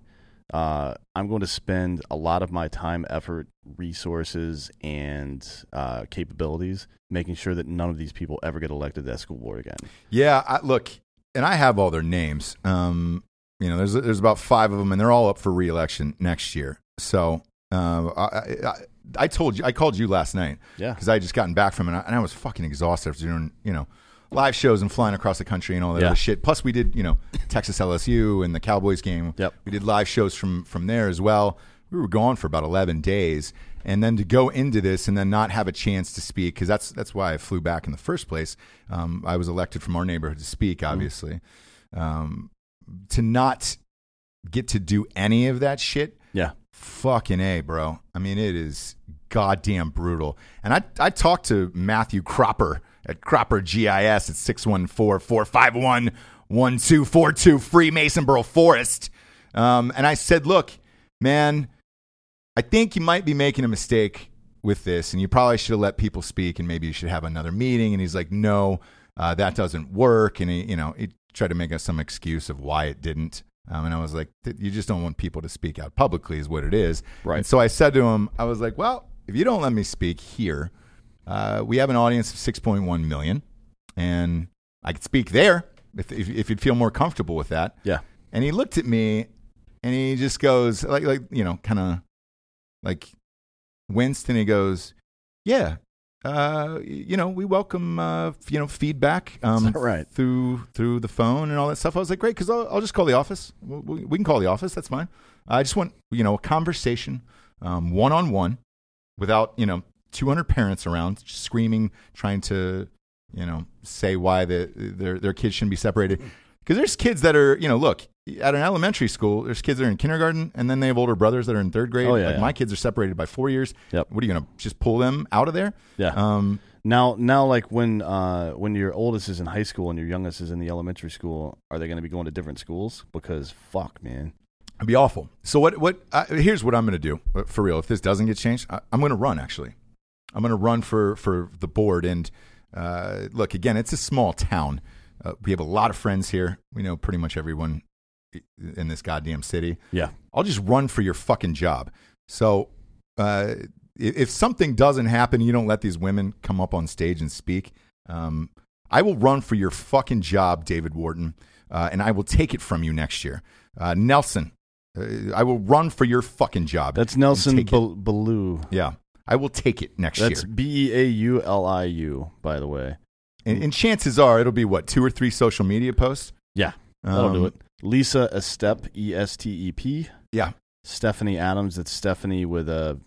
Speaker 3: Uh, I'm going to spend a lot of my time, effort, resources, and uh, capabilities making sure that none of these people ever get elected to that school board again.
Speaker 2: Yeah, I, look, and I have all their names. Um, you know, there's there's about five of them, and they're all up for reelection next year. So um, I, I, I- I told you, I called you last night
Speaker 3: Yeah.
Speaker 2: because I had just gotten back from it, and I was fucking exhausted after doing you know live shows and flying across the country and all that
Speaker 3: Yeah.
Speaker 2: other shit. Plus, we did you know Texas LSU and the Cowboys game.
Speaker 3: Yep.
Speaker 2: We did live shows from from there as well. We were gone for about eleven days, and then to go into this and then not have a chance to speak because that's that's why I flew back in the first place. Um, I was elected from our neighborhood to speak,
Speaker 3: Mm-hmm.
Speaker 2: obviously. Um, to not get to do any of that shit
Speaker 3: Yeah.
Speaker 2: fucking a bro i mean it is goddamn brutal and i i talked to matthew cropper at cropper gis at 614-451-1242 freemasonboro forest um, and i said look man i think you might be making a mistake with this and you probably should have let people speak and maybe you should have another meeting and he's like no uh, that doesn't work and he you know he tried to make us some excuse of why it didn't um, and i was like "Th- you just don't want people to speak out publicly is what it is
Speaker 3: Right.
Speaker 2: and so i said to him i was like well if you don't let me speak here uh, we have an audience of 6.1 million and i could speak there if, if, if you'd feel more comfortable with that
Speaker 3: Yeah.
Speaker 2: and he looked at me and he just goes like like you know kind of like winced and he goes yeah uh, you know we welcome uh, f- you know feedback um,
Speaker 3: that right?
Speaker 2: through through the phone and all that stuff i was like great because I'll, I'll just call the office we, we, we can call the office that's fine i just want you know a conversation one on one, without you know 200 parents around screaming, trying to you know say why the, their their kids shouldn't be separated.
Speaker 3: Mm.
Speaker 2: Because there's kids that are you know look at an elementary school, there's kids that are in kindergarten, and then they have older brothers that are in third grade.
Speaker 3: Oh, yeah,
Speaker 2: like
Speaker 3: yeah.
Speaker 2: my kids are separated by four years.
Speaker 3: Yep.
Speaker 2: What are you gonna just pull them out of there?
Speaker 3: Yeah.
Speaker 2: Um,
Speaker 3: Now, now, like when uh, when your oldest is in high school and your youngest is in the elementary school, are they going to be going to different schools? Because fuck, man.
Speaker 2: It'd be awful. So what? What? I, here's what I'm going to do uh, for real. If this doesn't get changed, I, I'm going to run. Actually, I'm going to run for for the board. And uh, look, again, it's a small town. Uh, we have a lot of friends here. We know pretty much everyone i- in this goddamn city.
Speaker 3: Yeah.
Speaker 2: I'll just run for your fucking job. So uh, i- if something doesn't happen, you don't let these women come up on stage and speak. Um, I will run for your fucking job, David Wharton, uh, and I will take it from you next year. Uh, Nelson, uh, I will run for your fucking job.
Speaker 3: That's
Speaker 2: and
Speaker 3: Nelson
Speaker 2: take it.
Speaker 3: Bal- Baloo.
Speaker 2: yeah, I will take it next
Speaker 3: That's
Speaker 2: year.
Speaker 3: B E A U L I U. By the way,
Speaker 2: And, and chances are it'll be what two or three social media posts.
Speaker 3: yeah, that'll
Speaker 2: Um,
Speaker 3: do it. Lisa Estep, E S T E P.
Speaker 2: Yeah.
Speaker 3: Stephanie Adams. That's Stephanie with a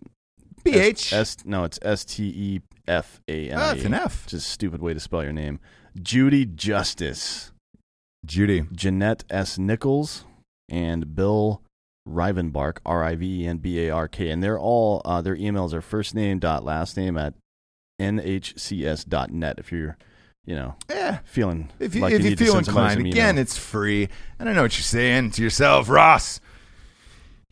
Speaker 2: BH.
Speaker 3: S, S- no, it's S T E F A N.
Speaker 2: Ah, it's an F.
Speaker 3: Just a stupid way to spell your name. Judy Justice,
Speaker 2: Judy.
Speaker 3: Jeanette S Nichols, and Bill Rivenbark, R I V E N B A R K, and they're all uh, their emails are first name dot last name at nhcs dot net. If you're, you know,
Speaker 2: Yeah.
Speaker 3: feeling
Speaker 2: If you,
Speaker 3: like
Speaker 2: if
Speaker 3: you,
Speaker 2: you,
Speaker 3: need to
Speaker 2: feel
Speaker 3: send somebody
Speaker 2: inclined,
Speaker 3: some
Speaker 2: again,
Speaker 3: email.
Speaker 2: it's free. And I know what you're saying to yourself, Ross.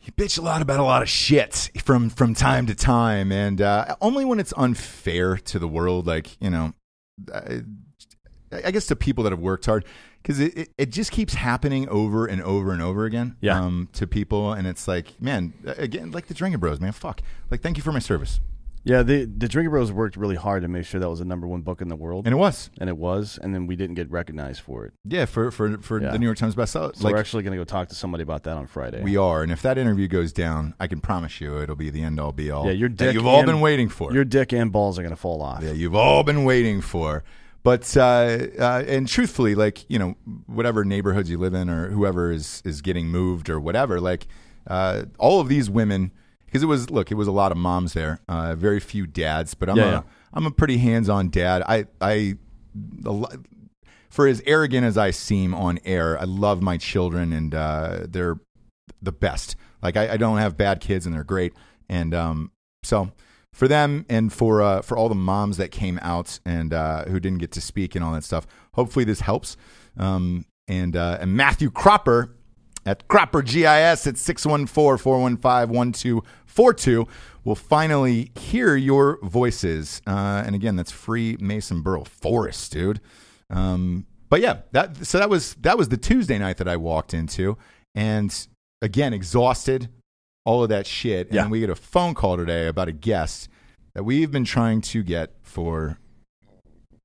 Speaker 2: You bitch a lot about a lot of shit from from time to time, and uh, only when it's unfair to the world. Like you know, I, I guess to people that have worked hard, because it, it it just keeps happening over and over and over again.
Speaker 3: Yeah.
Speaker 2: Um, to people, and it's like, man, again, like the Drinking Bros, man, fuck. Like, thank you for my service,
Speaker 3: yeah. The the Drinker Bros worked really hard to make sure that was the number one book in the world,
Speaker 2: and
Speaker 3: and,
Speaker 2: it was,
Speaker 3: it was, and then we didn't get recognized for it.
Speaker 2: yeah, for for for
Speaker 3: Yeah.
Speaker 2: the New York Times bestseller.
Speaker 3: So
Speaker 2: like,
Speaker 3: we're actually going to go talk to somebody about that on Friday.
Speaker 2: We are, and if that interview goes down, I can promise you it'll be the end all be all.
Speaker 3: Yeah, your
Speaker 2: that
Speaker 3: dick
Speaker 2: you've all
Speaker 3: and-
Speaker 2: been waiting for.
Speaker 3: Your dick and balls are going to fall off.
Speaker 2: yeah, you've all been waiting for. But uh, uh, and truthfully, like you know, whatever neighborhoods you live in, or whoever is is getting moved or whatever, like uh, all of these women, because it was look, it was a lot of moms there, uh, very few dads. But I'm
Speaker 3: Yeah,
Speaker 2: a
Speaker 3: yeah.
Speaker 2: am a pretty hands on dad. I I a lo- for as arrogant as I seem on air, I love my children and uh, they're the best. Like I, I don't have bad kids and they're great. And um, so for them and for uh, for all the moms that came out and uh, who didn't get to speak and all that stuff, hopefully this helps. Um, and uh, and Matthew Cropper at Cropper GIS at 614-415-1242 will finally hear your voices. Uh, and again, that's free Mason Borough Forest, dude. Um, but yeah, that so that was that was the Tuesday night that I walked into, and again exhausted, all of that shit. And
Speaker 3: Yeah.
Speaker 2: then we get a phone call today about a guest that we've been trying to get for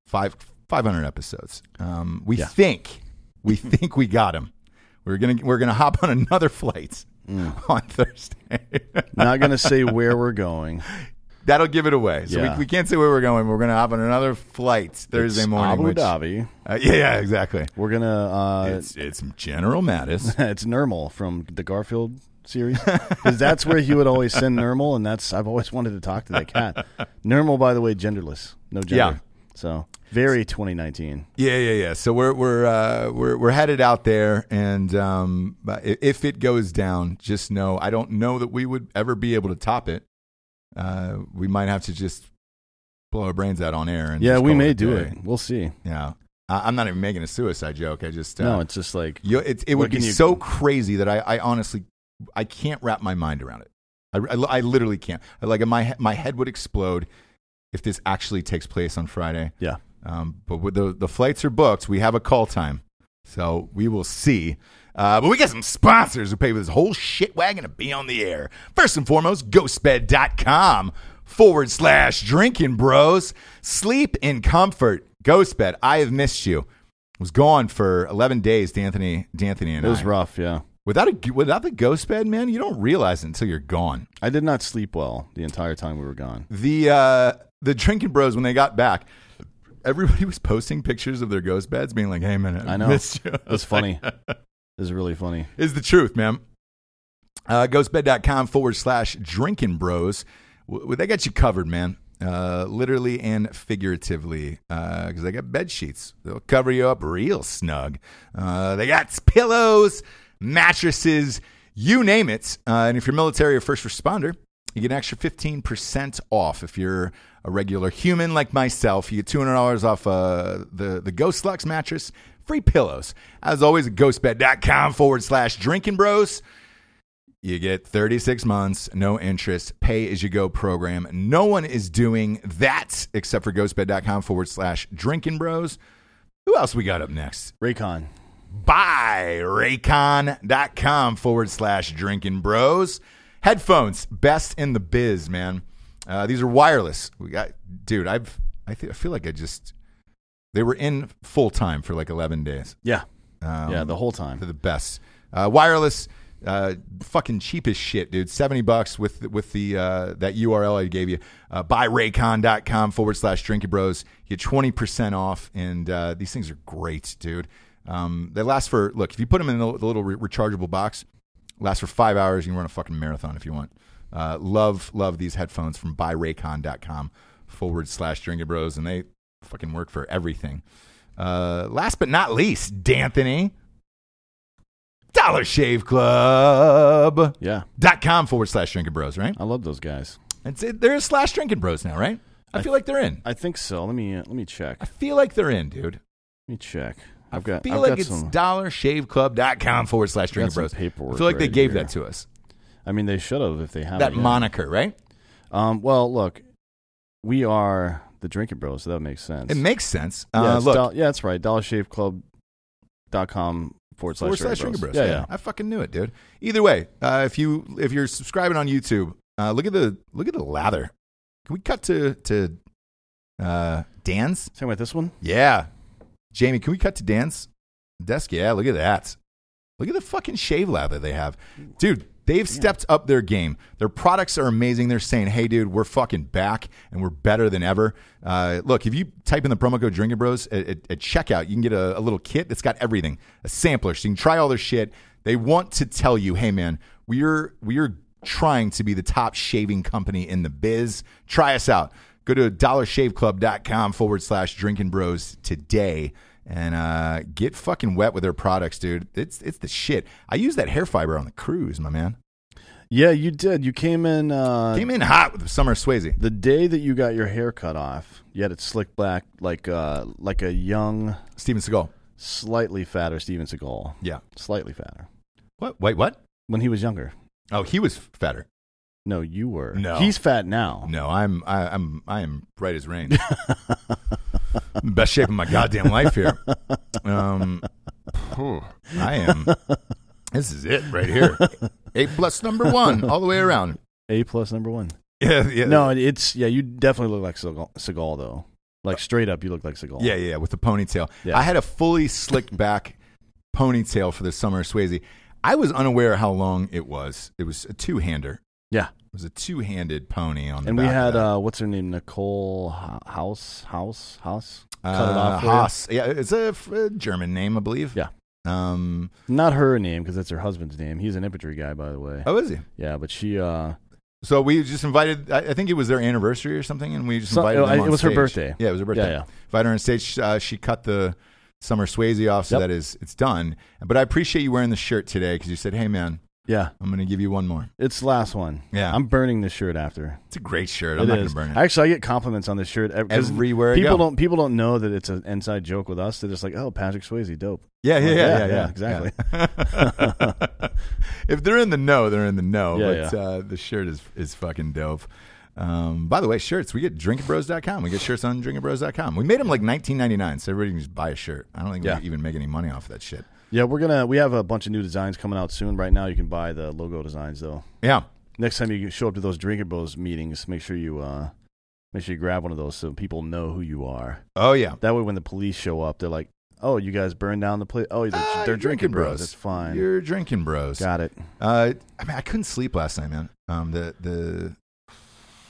Speaker 2: five five hundred episodes. Um, we
Speaker 3: Yeah.
Speaker 2: think
Speaker 3: [laughs]
Speaker 2: we think we got him. We're gonna we're gonna hop on another flight
Speaker 3: Mm.
Speaker 2: on Thursday. [laughs]
Speaker 3: Not going to say where we're going.
Speaker 2: That'll give it away. So
Speaker 3: Yeah.
Speaker 2: we, we can't say where we're going. We're gonna hop on another flight Thursday
Speaker 3: It's
Speaker 2: morning.
Speaker 3: Abu
Speaker 2: which-
Speaker 3: Dhabi.
Speaker 2: uh, yeah, yeah, exactly.
Speaker 3: We're gonna. Uh, [laughs] it's,
Speaker 2: It's it's General Mattis. [laughs]
Speaker 3: Nermal from the Garfield series because that's where he would always send Nermal, and that's I've always wanted to talk to
Speaker 2: [laughs]
Speaker 3: that cat. Nermal, by the way, genderless, no gender. So very 2019.
Speaker 2: Yeah, yeah, yeah. So we're we're uh, we're we're headed out there, and um, but i- if it goes down, just know I don't know that we would ever be able to top it. Uh, we might have to just blow our brains out on air. And
Speaker 3: Yeah,
Speaker 2: just
Speaker 3: we
Speaker 2: call
Speaker 3: may
Speaker 2: a
Speaker 3: do
Speaker 2: day.
Speaker 3: it. We'll see.
Speaker 2: Yeah, I, I'm not even making a suicide joke. I just uh,
Speaker 3: No, it's just like
Speaker 2: You, it, it
Speaker 3: What
Speaker 2: would be
Speaker 3: can you-
Speaker 2: so crazy that I, I honestly, I can't wrap my mind around it. I, I, I literally can't. Like my he- my head would explode if this actually takes place on Friday.
Speaker 3: yeah.
Speaker 2: Um, but with the the flights are booked. We have a call time, so we will see. Uh, but we got some sponsors who pay for this whole shit wagon to be on the air. First and foremost, ghostbed.com forward slash drinking bros. Sleep in comfort. Ghostbed, I have missed you. Was gone for 11 days, D'Anthony, D'Anthony and
Speaker 3: It was
Speaker 2: I.
Speaker 3: rough. Yeah,
Speaker 2: Without a, without the ghost bed, man, you don't realize it until you're gone.
Speaker 3: I did not sleep well the entire time we were gone.
Speaker 2: the uh, the drinking bros when they got back, everybody was posting pictures of their ghost beds, being like, "Hey, man,
Speaker 3: I
Speaker 2: [laughs]
Speaker 3: know.
Speaker 2: missed you."
Speaker 3: It was funny. it was really funny.
Speaker 2: Is the truth, man. Uh, ghostbed.com forward slash drinking bros. W- they got you covered, man. Uh, literally and figuratively, because they got bed sheets. They'll cover you up real snug. Uh, they got pillows, mattresses, you name it. Uh, and if you're military or first responder, you get an extra 15% off if you're a regular human like myself. You get $200 off uh, the, the Ghost Lux mattress, free pillows. As always, ghostbed.com forward slash drinking bros. You get 36 months, no interest, pay as you go program. No one is doing that except for ghostbed.com forward slash drinking bros. Who else we got up next?
Speaker 3: Raycon.
Speaker 2: Buy raycon.com forward slash drinking bros. Headphones, best in the biz, man. Uh, these are wireless. We got, dude, I've, I, th- I feel like I just, they were in full time for like 11 days.
Speaker 3: Yeah.
Speaker 2: Um,
Speaker 3: yeah, the whole time.
Speaker 2: for the best. Uh, wireless, uh, fucking cheap as shit, dude. Seventy bucks with with the uh, that URL I gave you. Uh, buyraycon.com forward slash Drinky Bros. You get twenty percent off, and uh, these things are great, dude. Um, they last for look if you put them in the, the little re- rechargeable box, lasts for five hours. You can run a fucking marathon if you want. Uh, love love these headphones from buyraycon.com forward slash Drinky Bros, and they fucking work for everything. Uh, last but not least, D'Anthony. Dollar Shave Club
Speaker 3: Yeah.
Speaker 2: dot com forward slash drinking bros, right?
Speaker 3: I love those guys.
Speaker 2: It's it, they're slash drinking bros now, right? I feel like they're in.
Speaker 3: I think so. Let me uh, let me check.
Speaker 2: I feel like they're in, dude.
Speaker 3: Let me check. I've got.
Speaker 2: I feel
Speaker 3: I've
Speaker 2: like
Speaker 3: got
Speaker 2: it's
Speaker 3: some,
Speaker 2: dollarshaveclub.com forward slash drinking
Speaker 3: some
Speaker 2: bros. I
Speaker 3: paperwork
Speaker 2: feel like they
Speaker 3: right
Speaker 2: gave
Speaker 3: here.
Speaker 2: that to us.
Speaker 3: I mean, they should have if they haven't.
Speaker 2: That
Speaker 3: yet.
Speaker 2: moniker, right?
Speaker 3: Um. Well, look, we are the Drinking Bros, so that makes sense.
Speaker 2: It makes sense.
Speaker 3: yeah,
Speaker 2: Uh,
Speaker 3: it's
Speaker 2: look,
Speaker 3: doll- yeah, that's right. DollarShaveClub.com forward slash
Speaker 2: forward slash
Speaker 3: Drinking
Speaker 2: drinking
Speaker 3: Bros.
Speaker 2: bros.
Speaker 3: Yeah, yeah.
Speaker 2: I fucking knew it, dude. Either way, uh, if you if you're subscribing on YouTube, uh, look at the look at the lather. Can we cut to to uh, Dan's?
Speaker 3: Same with this one.
Speaker 2: Yeah. Jamie, can we cut to Dan's desk? Yeah, look at that. Look at the fucking shave lather they have. Dude, they've stepped up their game. Their products are amazing. They're saying, hey, dude, we're fucking back and we're better than ever. Uh, look, if you type in the promo code Drinking Bros at, at, at checkout, you can get a, a little kit that's got everything, a sampler, so you can try all their shit. They want to tell you, hey, man, we're, we're trying to be the top shaving company in the biz. Try us out. Go to dollarshaveclub.com forward slash drinking bros today and uh, get fucking wet with their products, dude. It's, it's the shit. I used that hair fiber on the cruise, my man.
Speaker 3: Yeah, you did. You came in. Uh,
Speaker 2: Came in hot with Summer Swayze.
Speaker 3: the day that you got your hair cut off, you had it slicked back like uh, like a young,
Speaker 2: Steven Seagal.
Speaker 3: slightly fatter Steven Seagal.
Speaker 2: Yeah.
Speaker 3: Slightly fatter.
Speaker 2: What? Wait, what?
Speaker 3: When he was younger.
Speaker 2: Oh, he was fatter.
Speaker 3: No, you were.
Speaker 2: No.
Speaker 3: He's fat now.
Speaker 2: No, I'm, I, I'm, I am right as
Speaker 3: [laughs]
Speaker 2: rain. Best shape of my goddamn life here. Um, phew, I
Speaker 3: [laughs]
Speaker 2: am. This is it right here. A plus number one all the way around.
Speaker 3: A plus number one.
Speaker 2: Yeah, yeah.
Speaker 3: No, it's yeah. You definitely look like Seagal, Seagal though. Like straight up, you look like Seagal.
Speaker 2: Uh, Yeah, yeah, yeah, with the ponytail.
Speaker 3: Yeah.
Speaker 2: I had a fully slicked back [laughs] ponytail for the summer of Swayze. I was unaware how long it was. It was a two hander.
Speaker 3: yeah.
Speaker 2: It was a two handed pony on the
Speaker 3: And we
Speaker 2: back of
Speaker 3: had
Speaker 2: that.
Speaker 3: uh, what's her name, Nicole Ho- House, House, House. Cut it
Speaker 2: Uh,
Speaker 3: off. for you?
Speaker 2: Haas. Yeah, it's a, f- a German name, I believe.
Speaker 3: Yeah.
Speaker 2: Um.
Speaker 3: Not her name because that's her husband's name. He's an infantry guy, by the way.
Speaker 2: Oh, is he?
Speaker 3: Yeah, but she. Uh,
Speaker 2: So we just invited. I, I think it was their anniversary or something, and we just
Speaker 3: So-
Speaker 2: invited.
Speaker 3: oh,
Speaker 2: them
Speaker 3: I-
Speaker 2: on
Speaker 3: it was her
Speaker 2: stage.
Speaker 3: birthday.
Speaker 2: Yeah, it was her birthday.
Speaker 3: Yeah, yeah.
Speaker 2: Invited her on stage. Uh, she cut the summer Swayze off, so
Speaker 3: Yep.
Speaker 2: that is it's done. But I appreciate you wearing the shirt today because you said, "Hey, man,
Speaker 3: yeah,
Speaker 2: I'm going to give you one more."
Speaker 3: it's the last one.
Speaker 2: Yeah.
Speaker 3: I'm burning this shirt after.
Speaker 2: It's a great shirt.
Speaker 3: It
Speaker 2: I'm not going
Speaker 3: is.
Speaker 2: to burn it.
Speaker 3: Actually, I get compliments on this shirt ev- 'cause
Speaker 2: Everywhere I
Speaker 3: People
Speaker 2: go.
Speaker 3: don't people don't know that it's an inside joke with us. They're just like, oh, Patrick Swayze, dope.
Speaker 2: [laughs] yeah, yeah, yeah,
Speaker 3: Like,
Speaker 2: yeah, yeah,
Speaker 3: exactly.
Speaker 2: yeah. [laughs] if they're in the know, they're in the know.
Speaker 3: Yeah,
Speaker 2: but Uh, the shirt is is fucking dope. Um, by the way, shirts we get drinkingbros.com. We get shirts on drinkingbros.com. We made them like 19.99, so everybody can just buy a shirt. I don't think
Speaker 3: Yeah.
Speaker 2: we even make any money off of that shit.
Speaker 3: [laughs] Yeah, we're gonna we have a bunch of new designs coming out soon. Right now, you can buy the logo designs though.
Speaker 2: Yeah,
Speaker 3: Next time you show up to those Drinking Bros meetings, make sure you uh, make sure you grab one of those so people know who you are.
Speaker 2: Oh yeah.
Speaker 3: That way, when the police show up, they're like, "Oh, you guys burned down the place. Oh, they're,
Speaker 2: Ah,
Speaker 3: they're
Speaker 2: you're
Speaker 3: drinking bros. It's fine.
Speaker 2: You're drinking bros.
Speaker 3: Got it.
Speaker 2: Uh, I mean, I couldn't sleep last night, man. Um, the the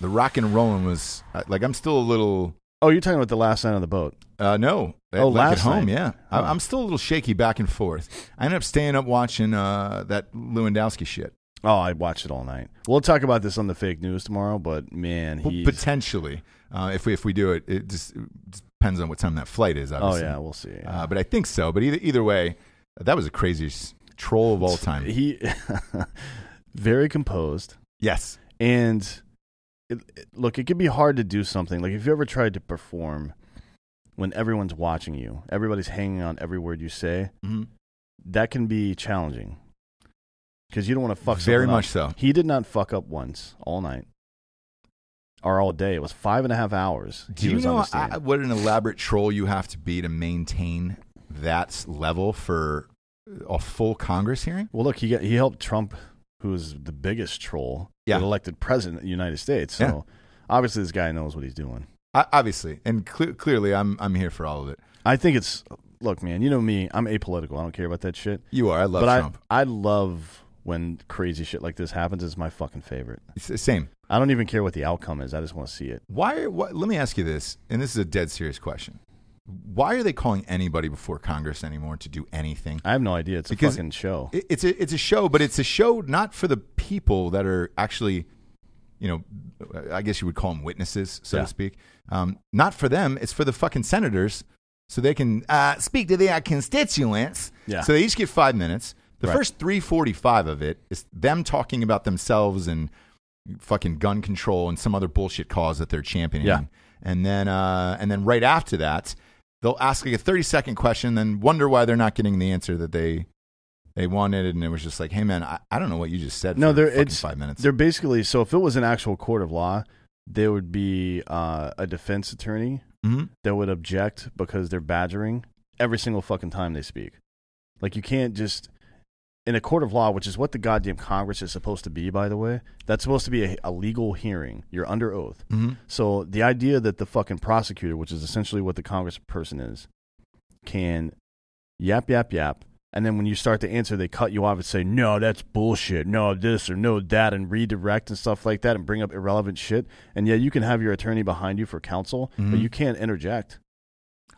Speaker 2: the rock and rolling was uh, like I'm still a little.
Speaker 3: Oh, you're talking about the last night on the boat.
Speaker 2: Uh, no,
Speaker 3: Oh,
Speaker 2: like at
Speaker 3: last
Speaker 2: home,
Speaker 3: night.
Speaker 2: yeah.
Speaker 3: Huh.
Speaker 2: I, I'm still a little shaky back and forth. I ended up staying up watching uh, that Lewandowski shit.
Speaker 3: Oh, I watched it all night. We'll talk about this on the fake news tomorrow, but man,
Speaker 2: Well,
Speaker 3: he's.
Speaker 2: potentially, uh, if we if we do it, it just it just depends on what time that flight is.
Speaker 3: oh,
Speaker 2: Obviously.
Speaker 3: yeah, we'll see.
Speaker 2: Uh, but I think so. But either either way, that was the craziest troll of all time.
Speaker 3: He. [laughs] very composed.
Speaker 2: Yes.
Speaker 3: And it, it- look, it can be hard to do something. Like if you ever tried to perform when everyone's watching you, everybody's hanging on every word you say,
Speaker 2: Mhm.
Speaker 3: that can be challenging because you don't want to fuck.
Speaker 2: Very
Speaker 3: something
Speaker 2: much
Speaker 3: up.
Speaker 2: so.
Speaker 3: He did not fuck up once all night or all day. It was five and a half hours.
Speaker 2: Do
Speaker 3: he
Speaker 2: you
Speaker 3: was on
Speaker 2: know
Speaker 3: the stand.
Speaker 2: I, what an elaborate troll you have to be to maintain that level for a full Congress hearing?
Speaker 3: well, look, he got, he helped Trump, who was the biggest troll,
Speaker 2: Yeah.
Speaker 3: get elected president of the United States. So obviously, this guy knows what he's doing.
Speaker 2: I, obviously, and cle clearly, I'm I'm here for all of it.
Speaker 3: I think it's look, man. You know me. I'm apolitical. I don't care about that shit.
Speaker 2: You are. I love
Speaker 3: but
Speaker 2: Trump.
Speaker 3: I I love when crazy shit like this happens. It's my fucking favorite.
Speaker 2: It's the same.
Speaker 3: I don't even care what the outcome is. I just want to see it.
Speaker 2: Why? Why? Let me ask you this, and this is a dead serious question. Why are they calling anybody before Congress anymore to do anything?
Speaker 3: I have no idea. It's a
Speaker 2: Because-
Speaker 3: fucking show.
Speaker 2: It- It's a it's a show, but it's a show not for the people that are actually, you know, I guess you would call them witnesses, so
Speaker 3: Yeah.
Speaker 2: to speak. Um, not for them. It's for the fucking senators, so they can uh, speak to their constituents.
Speaker 3: Yeah.
Speaker 2: So they each get five minutes. The
Speaker 3: Right.
Speaker 2: first three forty five of it is them talking about themselves and fucking gun control and some other bullshit cause that they're championing.
Speaker 3: Yeah.
Speaker 2: And then uh, and then right after that, they'll ask like a 30 second question, then wonder why they're not getting the answer that they they wanted, and it was just like, hey man, I, I don't know what you just said.
Speaker 3: no,
Speaker 2: for
Speaker 3: they're
Speaker 2: fucking
Speaker 3: it's
Speaker 2: five minutes.
Speaker 3: They're basically so. If it was an actual court of law, there would be uh, a defense attorney
Speaker 2: Mhm.
Speaker 3: that would object because they're badgering every single fucking time they speak. Like you can't just in a court of law, which is what the goddamn Congress is supposed to be, by the way. That's supposed to be a, a legal hearing. You're under oath.
Speaker 2: Mhm.
Speaker 3: So the idea that the fucking prosecutor, which is essentially what the Congress person is, can yap yap yap, and then when you start to answer, they cut you off and say, "No, that's bullshit. No, this or no that," and redirect and stuff like that, and bring up irrelevant shit. And yeah, you can have your attorney behind you for counsel, but
Speaker 2: Mhm.
Speaker 3: you can't interject.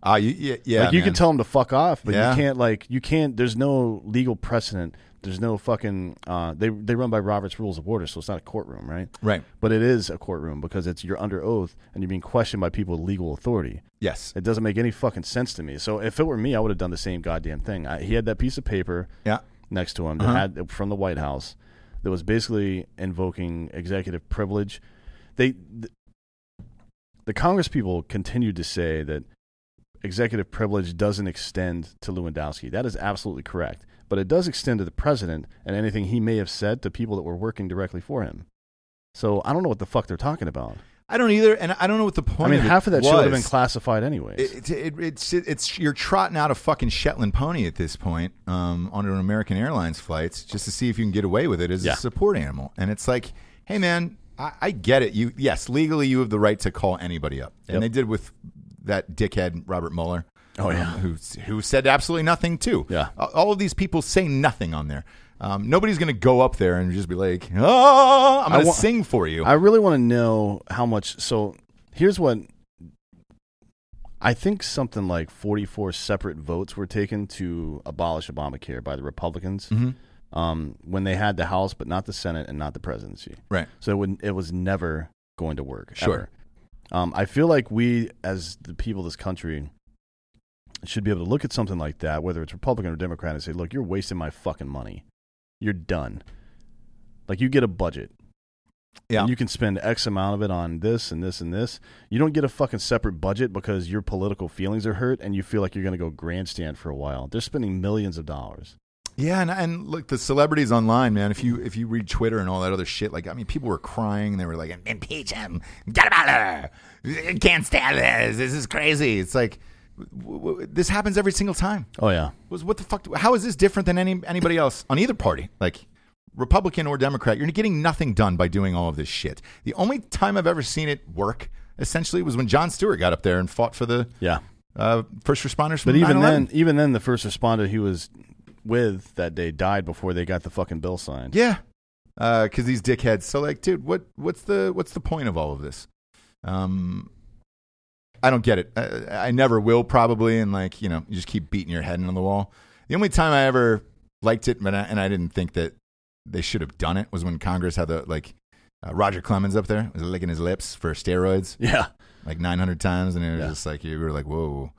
Speaker 2: Ah, you, yeah, yeah.
Speaker 3: like you
Speaker 2: man.
Speaker 3: can tell them to fuck off, but
Speaker 2: Yeah.
Speaker 3: you can't like you can't. There's no legal precedent. There's no fucking. Uh, they they run by Robert's Rules of Order, so it's not a courtroom, right?
Speaker 2: Right.
Speaker 3: But it is a courtroom because it's you're under oath and you're being questioned by people with legal authority.
Speaker 2: Yes.
Speaker 3: It doesn't make any fucking sense to me. So if it were me, I would have done the same goddamn thing. I, he had that piece of paper
Speaker 2: Yeah.
Speaker 3: next to him
Speaker 2: Uh-huh.
Speaker 3: that had from the White House that was basically invoking executive privilege. They th- the Congress people continued to say that executive privilege doesn't extend to Lewandowski. That is absolutely correct, but it does extend to the president and anything he may have said to people that were working directly for him. So I don't know what the fuck they're talking about.
Speaker 2: I don't either, and I don't know what the point.
Speaker 3: I mean,
Speaker 2: of it
Speaker 3: half of that should have been
Speaker 2: was.
Speaker 3: classified anyways.
Speaker 2: It, it, it, it's it's you're trotting out a fucking Shetland pony at this point um, on an American Airlines flights just to see if you can get away with it as
Speaker 3: Yeah.
Speaker 2: a support animal. And it's like, hey man, I, I get it. You yes, legally you have the right to call anybody up,
Speaker 3: Yep.
Speaker 2: and they did with that dickhead Robert Mueller. um,
Speaker 3: Oh, yeah.
Speaker 2: who who said absolutely nothing too.
Speaker 3: Yeah.
Speaker 2: A- all of these people say nothing on there. Um, nobody's going to go up there and just be like, oh, I'm
Speaker 3: I
Speaker 2: going to
Speaker 3: wa-
Speaker 2: sing for you.
Speaker 3: I really want to know how much. So here's what I think something like 44 separate votes were taken to abolish Obamacare by the Republicans
Speaker 2: Mhm.
Speaker 3: um, when they had the House, but not the Senate and not the presidency.
Speaker 2: right.
Speaker 3: So it, would, it was never going to work.
Speaker 2: Sure.
Speaker 3: ever. Um, I feel like we, as the people of this country, should be able to look at something like that, whether it's Republican or Democrat, and say, look, you're wasting my fucking money. You're done. Like, you get a budget.
Speaker 2: Yeah.
Speaker 3: And you can spend X amount of it on this and this and this. You don't get a fucking separate budget because your political feelings are hurt and you feel like you're going to go grandstand for a while. They're spending millions of dollars.
Speaker 2: Yeah, and, and look, the celebrities online, man. If you if you read Twitter and all that other shit, like I mean, people were crying. They were like, "Impeach him, get him out of there! Can't stand this. This is crazy." It's like w- w- this happens every single time.
Speaker 3: Oh, yeah.
Speaker 2: Was what the fuck? do- How is this different than any anybody else on either party? Like Republican or Democrat, you're getting nothing done by doing all of this shit. The only time I've ever seen it work, essentially, was when John Stewart got up there and fought for the
Speaker 3: Yeah.
Speaker 2: uh, first responders. From
Speaker 3: But even
Speaker 2: 9/11.
Speaker 3: then, even then, the first responder he was with that day died before they got the fucking bill signed.
Speaker 2: Yeah, because these dickheads. So like, dude, what what's the what's the point of all of this? Um, I don't get it. I, I never will probably, and like you know, you just keep beating your head into the wall. The only time I ever liked it, but I, and I didn't think that they should have done it was when Congress had the like uh, Roger Clemens up there was licking his lips for steroids
Speaker 3: Yeah.
Speaker 2: like 900 times, and it was
Speaker 3: Yeah.
Speaker 2: just like you were like, whoa.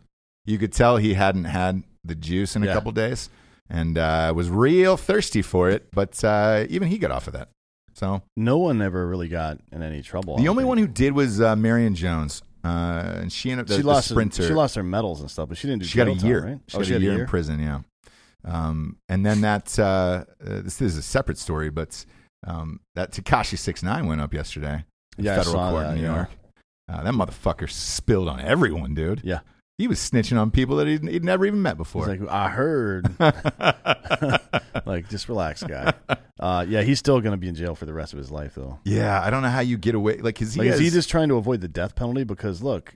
Speaker 2: You could tell he hadn't had the juice in a
Speaker 3: Yeah.
Speaker 2: couple days, and uh, was real thirsty for it. But uh, even he got off of that. So
Speaker 3: No one ever really got in any trouble. I
Speaker 2: the
Speaker 3: don't
Speaker 2: only
Speaker 3: think.
Speaker 2: one who did was uh, Marion Jones, uh, and she ended up the,
Speaker 3: she
Speaker 2: the
Speaker 3: lost her-
Speaker 2: sprinter.
Speaker 3: she lost her medals and stuff, but she didn't do
Speaker 2: She got a
Speaker 3: jail time,
Speaker 2: year.
Speaker 3: right?
Speaker 2: She
Speaker 3: Oh,
Speaker 2: got a year in prison. Yeah. Um, and then that uh, uh, this is a separate story, but um, that Takashi six nine went up yesterday. in
Speaker 3: Yeah, I
Speaker 2: federal
Speaker 3: saw
Speaker 2: court
Speaker 3: that,
Speaker 2: in New
Speaker 3: yeah.
Speaker 2: York. Uh, that motherfucker spilled on everyone, dude.
Speaker 3: Yeah.
Speaker 2: He was snitching on people that he'd, he'd never even met before.
Speaker 3: It's like I heard. like just relax, guy. Uh, yeah, he's still going to be in jail for the rest of his life, though.
Speaker 2: [laughs] yeah, I don't know how you get away. Like, is he,
Speaker 3: Like, is he
Speaker 2: has-
Speaker 3: just trying to avoid the death penalty? Because look,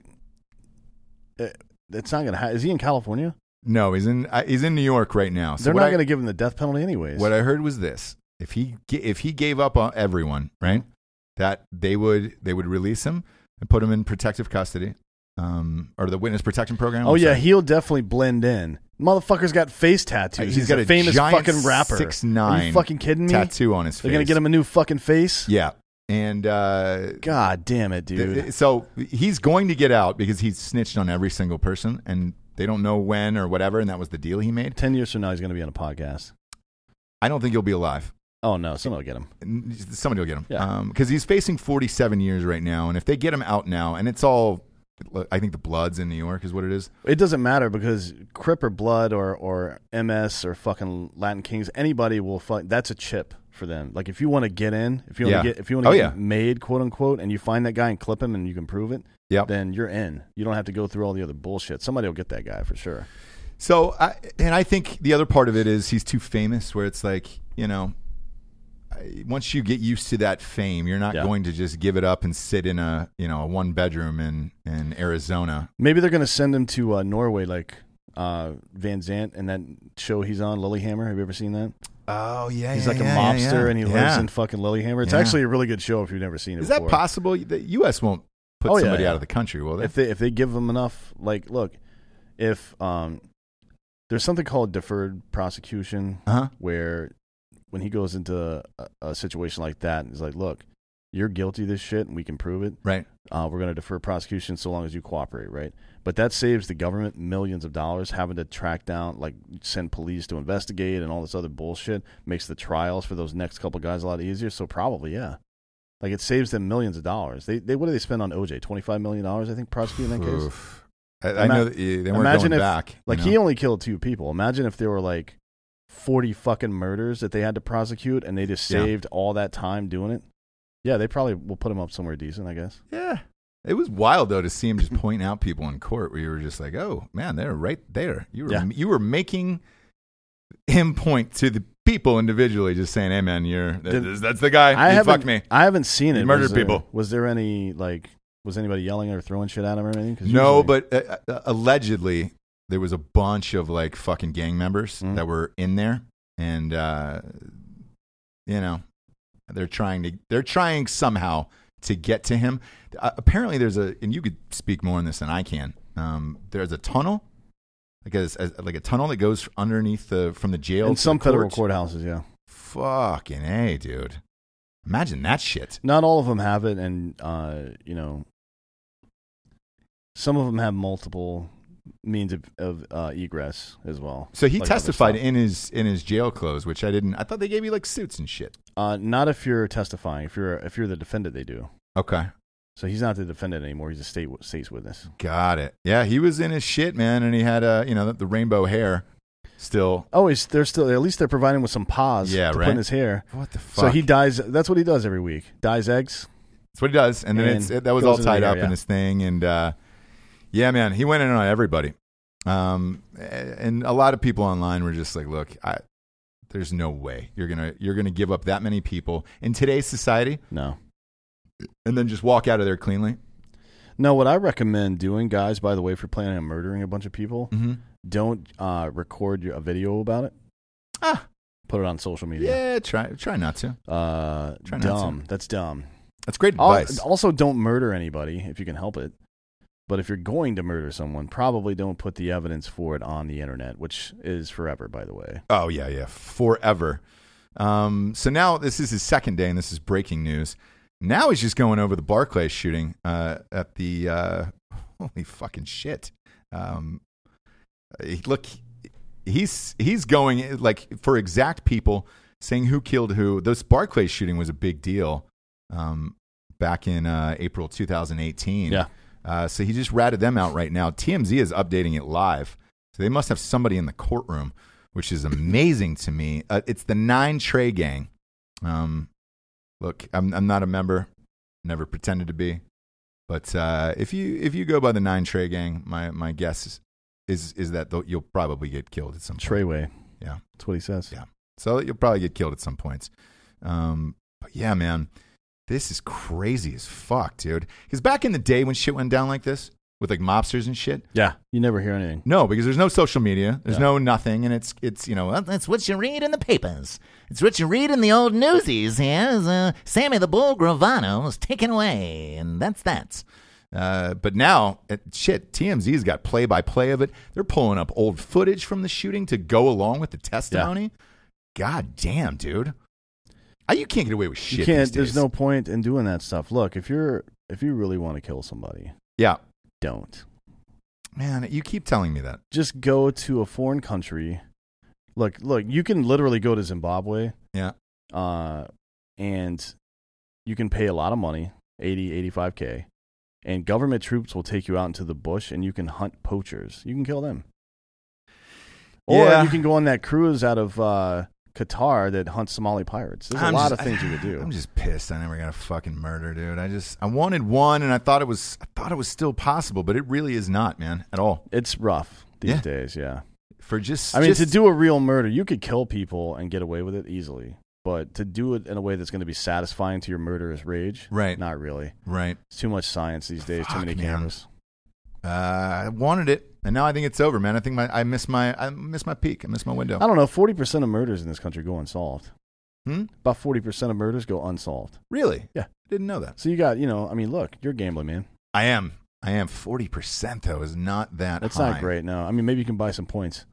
Speaker 3: it, it's not going to. Ha- is he in California?
Speaker 2: No, he's in. Uh, he's in New York right now. So
Speaker 3: They're
Speaker 2: what
Speaker 3: not
Speaker 2: I-
Speaker 3: going to give him the death penalty anyways.
Speaker 2: What I heard was this: if he ga- if he gave up on everyone, right, that they would they would release him and put him in protective custody, um, or the witness protection program.
Speaker 3: oh
Speaker 2: I'm
Speaker 3: yeah,
Speaker 2: sorry.
Speaker 3: he'll definitely blend in. Motherfucker's got face tattoos.
Speaker 2: He's
Speaker 3: he's
Speaker 2: got
Speaker 3: a,
Speaker 2: a
Speaker 3: famous
Speaker 2: giant
Speaker 3: fucking rapper.
Speaker 2: 6'9"
Speaker 3: Are you fucking kidding me?
Speaker 2: tattoo on his face.
Speaker 3: They're going to get him a new fucking face.
Speaker 2: Yeah, and uh,
Speaker 3: God damn it, dude.
Speaker 2: th- so he's going to get out because he's snitched on every single person, and they don't know when or whatever. And that was the deal he made.
Speaker 3: Ten years from now, he's going to be on a podcast.
Speaker 2: I don't think he'll be alive.
Speaker 3: Oh no, someone will get him.
Speaker 2: N- Somebody will get him.
Speaker 3: Yeah.
Speaker 2: Because he's facing 47 years right now. And if they get him out now, and it's all, I think the Bloods in New York is what it is.
Speaker 3: It doesn't matter because Crip or Blood or, or MS or fucking Latin Kings, anybody will fuck. That's a chip for them. Like if you want to get in, if you want
Speaker 2: Yeah.
Speaker 3: to get, if you want to
Speaker 2: Oh,
Speaker 3: get
Speaker 2: yeah.
Speaker 3: made, quote unquote, and you find that guy and clip him and you can prove it,
Speaker 2: Yep.
Speaker 3: then you're in. You don't have to go through all the other bullshit. Somebody will get that guy for sure.
Speaker 2: So, I, and I think the other part of it is he's too famous, where it's like, you know, I- once you get used to that fame, you're not
Speaker 3: Yeah.
Speaker 2: going to just give it up and sit in a, you know, a one bedroom in, in Arizona.
Speaker 3: Maybe they're gonna send him to uh, Norway, like uh, Van Zant and that show he's on, Lilyhammer. Have you ever seen that?
Speaker 2: Oh, yeah.
Speaker 3: He's like a mobster and he lives in fucking Lilyhammer. It's
Speaker 2: Yeah.
Speaker 3: actually a really good show if you've never seen it.
Speaker 2: Is that
Speaker 3: before.
Speaker 2: possible? The U.S. won't put
Speaker 3: Oh, yeah,
Speaker 2: somebody
Speaker 3: yeah.
Speaker 2: out of the country, will they?
Speaker 3: if they if they give them enough like look if um there's something called deferred prosecution
Speaker 2: uh-huh.
Speaker 3: where when he goes into a, a situation like that he's like look you're guilty of this shit and we can prove it
Speaker 2: Right.
Speaker 3: uh, we're going to defer prosecution so long as you cooperate right but that saves the government millions of dollars having to track down like send police to investigate and all this other bullshit makes the trials for those next couple guys a lot easier so probably yeah like it saves them millions of dollars they, they what do they spend on oj 25 million dollars i think prosecuting that case
Speaker 2: Oof. I, I
Speaker 3: Ima-
Speaker 2: know that uh, they weren't
Speaker 3: imagine
Speaker 2: going
Speaker 3: if,
Speaker 2: back.
Speaker 3: Like
Speaker 2: you
Speaker 3: he
Speaker 2: know?
Speaker 3: only killed two people. Imagine if there were like forty fucking murders that they had to prosecute, and they just
Speaker 2: Yeah.
Speaker 3: saved all that time doing it. Yeah, they probably will put him up somewhere decent, I guess.
Speaker 2: yeah. It was wild though to see him
Speaker 3: [laughs]
Speaker 2: just point out people in court where you were just like, "Oh man, they're right there." You were
Speaker 3: Yeah.
Speaker 2: you were making him point to the people individually, just saying, "Hey man, you're
Speaker 3: Did-
Speaker 2: that's, that's the guy.
Speaker 3: I
Speaker 2: he
Speaker 3: haven't.
Speaker 2: fucked Eh, me."
Speaker 3: I haven't seen
Speaker 2: He
Speaker 3: it.
Speaker 2: murdered
Speaker 3: Was there-
Speaker 2: people.
Speaker 3: Was there any like? Was anybody yelling or throwing shit at him or anything? 'Cause
Speaker 2: No,
Speaker 3: usually-
Speaker 2: but uh, uh, allegedly there was a bunch of like fucking gang members
Speaker 3: Mhm.
Speaker 2: that were in there, and uh, you know they're trying to they're trying somehow to get to him. Uh, apparently, there's a and you could speak more on this than I can. Um, there's a tunnel, like a, a- like a tunnel that goes underneath the from the jail
Speaker 3: in
Speaker 2: to
Speaker 3: some
Speaker 2: the
Speaker 3: federal
Speaker 2: court.
Speaker 3: courthouses, yeah.
Speaker 2: Fucking a, dude! Imagine that shit.
Speaker 3: Not all of them have it, and uh, you know, some of them have multiple means of, of uh, egress as well.
Speaker 2: So he
Speaker 3: like other
Speaker 2: testified
Speaker 3: stuff.
Speaker 2: in his in his jail clothes, which I didn't. I thought they gave you like suits and shit.
Speaker 3: Uh, not if you're testifying. If you're if you're the defendant, they do.
Speaker 2: Okay.
Speaker 3: So he's not the defendant anymore. He's a state state's witness.
Speaker 2: Got it. Yeah, he was in his shit, man, and he had uh, you know the, the rainbow hair still.
Speaker 3: Oh, he's, they're still at least they're providing with some paws.
Speaker 2: Yeah,
Speaker 3: to
Speaker 2: right.
Speaker 3: Put in his hair.
Speaker 2: What the fuck?
Speaker 3: So he dies. That's what he does every week. Dies eggs.
Speaker 2: That's what he does, and then
Speaker 3: And
Speaker 2: it's, it, that was
Speaker 3: goes
Speaker 2: all
Speaker 3: into the
Speaker 2: tied
Speaker 3: hair,
Speaker 2: up in
Speaker 3: yeah.
Speaker 2: this thing, and uh, yeah, man, he went in on everybody, um, a- and a lot of people online were just like, "Look, I, there's no way you're gonna you're gonna give up that many people in today's society,
Speaker 3: No,
Speaker 2: and then just walk out of there cleanly."
Speaker 3: no. What I recommend doing, guys, by the way, if you're planning on murdering a bunch of people,
Speaker 2: Mm-hmm.
Speaker 3: don't uh, record your, a video about it.
Speaker 2: Ah,
Speaker 3: Put it on social media.
Speaker 2: yeah, try try not to.
Speaker 3: Uh,
Speaker 2: Try not to.
Speaker 3: dumb. That's dumb.
Speaker 2: That's great
Speaker 3: Al-
Speaker 2: advice.
Speaker 3: Also, don't murder anybody if you can help it. But if you're going to murder someone, probably don't put the evidence for it on the internet, which is forever, by the way.
Speaker 2: Oh yeah, yeah, forever. Um, so now this is his second day, and this is breaking news. Now he's just going over the Barclays shooting uh, at the uh, holy fucking shit. Um, he- look, he's he's going like for exact people saying who killed who. This Barclays shooting was a big deal um, back in uh, April 2018.
Speaker 3: Yeah.
Speaker 2: Uh, so he just ratted them out right now. TMZ is updating it live. So they must have somebody in the courtroom, which is amazing to me. Uh, it's the Nine Tray Gang. Um, look, I'm, I'm not a member, never pretended to be. But uh, if, you, if you go by the Nine Tray Gang, my, my guess is, is, is that th- you'll probably get killed at some point.
Speaker 3: Treyway.
Speaker 2: Yeah.
Speaker 3: That's what he says.
Speaker 2: Yeah. So you'll probably get killed at some points. Um, but yeah, man, this is crazy as fuck, dude. Because back in the day when shit went down like this with like mobsters and shit,
Speaker 3: Yeah. You never hear anything.
Speaker 2: no, because there's no social media, there's
Speaker 3: Yeah.
Speaker 2: no nothing, and it's it's you know that's what you read in the papers, it's what you read in the old newsies. Here is uh, Sammy the Bull Gravano was taken away, and that's that. Uh, but now, it, shit, TMZ's got play by play of it. They're pulling up old footage from the shooting to go along with the testimony. God damn, dude. I, you can't get away with shit.
Speaker 3: you can't
Speaker 2: these
Speaker 3: there's
Speaker 2: days.
Speaker 3: no point in doing that stuff. Look, if you're if you really want to kill somebody,
Speaker 2: Yeah.
Speaker 3: don't.
Speaker 2: Man, you keep telling me that.
Speaker 3: Just go to a foreign country. Look, look, you can literally go to Zimbabwe
Speaker 2: Yeah.
Speaker 3: uh, and you can pay a lot of money 80 85k and government troops will take you out into the bush and you can hunt poachers you can kill them or
Speaker 2: Yeah.
Speaker 3: you can go on that cruise out of uh, qatar that hunts somali pirates there's a
Speaker 2: I'm
Speaker 3: lot
Speaker 2: just-
Speaker 3: of
Speaker 2: [sighs]
Speaker 3: things you could do
Speaker 2: I'm just pissed. I never got a fucking murder, dude. I just I wanted one, and I thought it was I thought it was still possible, but it really is not, man, at all.
Speaker 3: it's rough these
Speaker 2: Yeah.
Speaker 3: days yeah
Speaker 2: For just
Speaker 3: i mean
Speaker 2: just-
Speaker 3: to do a real murder you could kill people and get away with it easily but to do it in a way that's going to be satisfying to your murderous rage
Speaker 2: Right.
Speaker 3: not really
Speaker 2: right.
Speaker 3: it's too much science these days too
Speaker 2: Fuck,
Speaker 3: many
Speaker 2: man.
Speaker 3: cameras
Speaker 2: Uh, I wanted it, and now I think it's over, man. I think my I miss my I miss my peak. I miss my window.
Speaker 3: I don't know. Forty percent of murders in this country go unsolved.
Speaker 2: Hmm?
Speaker 3: About forty percent of murders go unsolved.
Speaker 2: Really?
Speaker 3: Yeah.
Speaker 2: Didn't know that.
Speaker 3: So you got, you know, I mean, look, you're gambling, man.
Speaker 2: I am. I am. Forty percent though is not that.
Speaker 3: That's
Speaker 2: high.
Speaker 3: not great. No, I mean, maybe you can buy some points,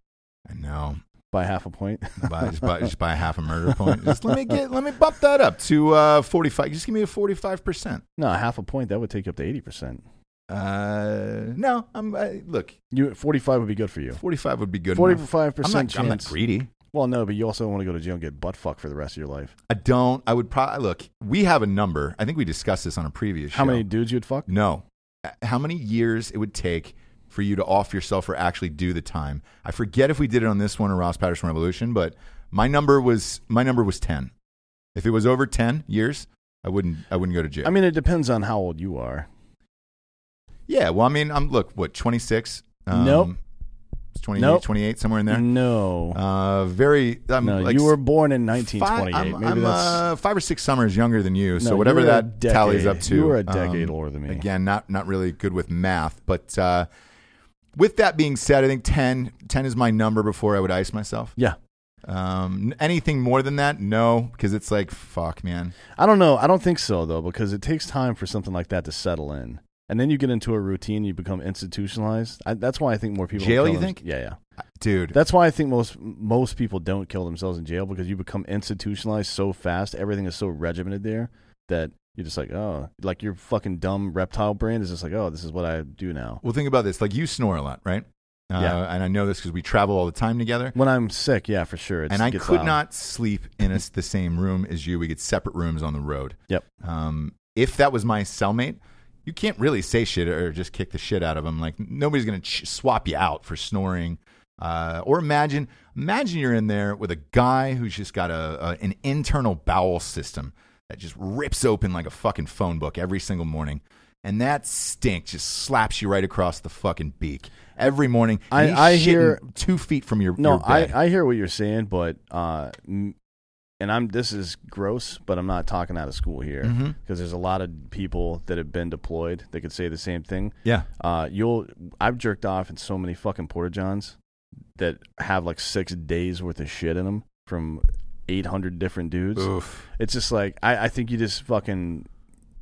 Speaker 2: I know.
Speaker 3: buy half a point. [laughs]
Speaker 2: buy, just, buy, just buy half a murder point. Just let me get let me bump that up to uh, forty five. Just give me a forty five percent.
Speaker 3: no, half a point that would take you up to eighty percent.
Speaker 2: Uh, no, I'm I, look.
Speaker 3: You forty-five would be good for you.
Speaker 2: Forty five would be good. enough.
Speaker 3: Forty-five
Speaker 2: I'm
Speaker 3: percent
Speaker 2: not,
Speaker 3: chance.
Speaker 2: I'm not greedy.
Speaker 3: Well, no, but you also want to go to jail and get butt fucked for the rest of your life.
Speaker 2: I don't. I would probably look. We have a number. I think we discussed this on a previous.
Speaker 3: How
Speaker 2: show.
Speaker 3: many dudes you'd fuck?
Speaker 2: No. Uh, How many years it would take for you to off yourself or actually do the time? I forget if we did it on this one or Ross Patterson Revolution, but my number was my number was ten. If it was over ten years, I wouldn't. I wouldn't go to jail.
Speaker 3: I mean, it depends on how old you are.
Speaker 2: yeah. Well, I mean, I'm look what twenty six.
Speaker 3: Nope.
Speaker 2: It's 28,
Speaker 3: Nope.
Speaker 2: 28, somewhere in there.
Speaker 3: No,
Speaker 2: Uh, very. I'm
Speaker 3: no,
Speaker 2: like
Speaker 3: you were born in nineteen
Speaker 2: Five,
Speaker 3: twenty-eight.
Speaker 2: I'm,
Speaker 3: Maybe
Speaker 2: I'm,
Speaker 3: that's
Speaker 2: uh, five or six summers younger than you, so
Speaker 3: No,
Speaker 2: whatever
Speaker 3: you're a
Speaker 2: that tallies up
Speaker 3: decade-
Speaker 2: to. um,
Speaker 3: you're a decade older than me.
Speaker 2: Again, not not really good with math, but uh, with that being said, I think 10, 10 is my number before I would ice myself.
Speaker 3: yeah.
Speaker 2: Um, n- anything more than that, no, because it's like fuck, man.
Speaker 3: I don't know. I don't think so though, because it takes time for something like that to settle in, and then you get into a routine. You become institutionalized. I, that's why I think more people
Speaker 2: Jail,
Speaker 3: kill
Speaker 2: you
Speaker 3: them-
Speaker 2: think?
Speaker 3: Yeah, yeah.
Speaker 2: Dude,
Speaker 3: That's why I think most most people don't kill themselves in jail because you become institutionalized so fast. Everything is so regimented there that you're just like, oh, like your fucking dumb reptile brain is just like, oh, this is what I do now.
Speaker 2: well, think about this. Like you snore a lot, right? Uh,
Speaker 3: Yeah.
Speaker 2: And I know this because we travel all the time together.
Speaker 3: When I'm sick, yeah, for sure. It's,
Speaker 2: and I
Speaker 3: gets
Speaker 2: could
Speaker 3: loud.
Speaker 2: not sleep in us the same room as you. We get separate rooms on the road.
Speaker 3: Yep.
Speaker 2: Um, if that was my cellmate, you can't really say shit or just kick the shit out of him. Like nobody's gonna ch- swap you out for snoring. Uh, or imagine, imagine you're in there with a guy who's just got a, a an internal bowel system that just rips open like a fucking phone book every single morning. And that stink just slaps you right across the fucking beak every morning.
Speaker 3: I-
Speaker 2: And he's
Speaker 3: I
Speaker 2: shitting
Speaker 3: hear-
Speaker 2: two feet from your
Speaker 3: No,
Speaker 2: your bed.
Speaker 3: I, I hear what you're saying, but uh, m- and I'm this is gross, but I'm not talking out of school here because
Speaker 2: Mhm.
Speaker 3: there's a lot of people that have been deployed that could say the same thing.
Speaker 2: yeah.
Speaker 3: Uh, you'll I've jerked off in so many fucking porta johns that have like six days worth of shit in them from 800 different dudes.
Speaker 2: Oof.
Speaker 3: It's just like I, I think you just fucking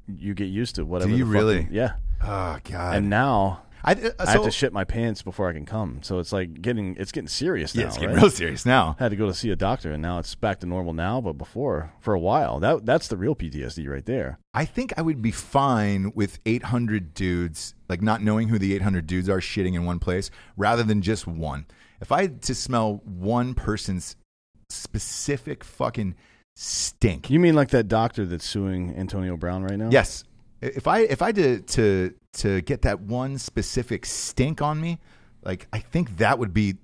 Speaker 3: you get used to whatever.
Speaker 2: you
Speaker 3: the
Speaker 2: really?
Speaker 3: Fucking, yeah.
Speaker 2: Oh god.
Speaker 3: And now
Speaker 2: I, uh, so,
Speaker 3: I have to shit my pants before I can come. So it's like getting it's getting serious now.
Speaker 2: yeah, it's getting
Speaker 3: right?
Speaker 2: real serious now.
Speaker 3: had to go to see a doctor, and now it's back to normal now. But before, for a while, that that's the real PTSD right there.
Speaker 2: I think I would be fine with 800 dudes, like not knowing who the 800 dudes are shitting in one place rather than just one. If I had to smell one person's specific fucking stink.
Speaker 3: You mean like that doctor that's suing Antonio Brown right now?
Speaker 2: Yes. If I if I did to to get that one specific stink on me, like I think that would be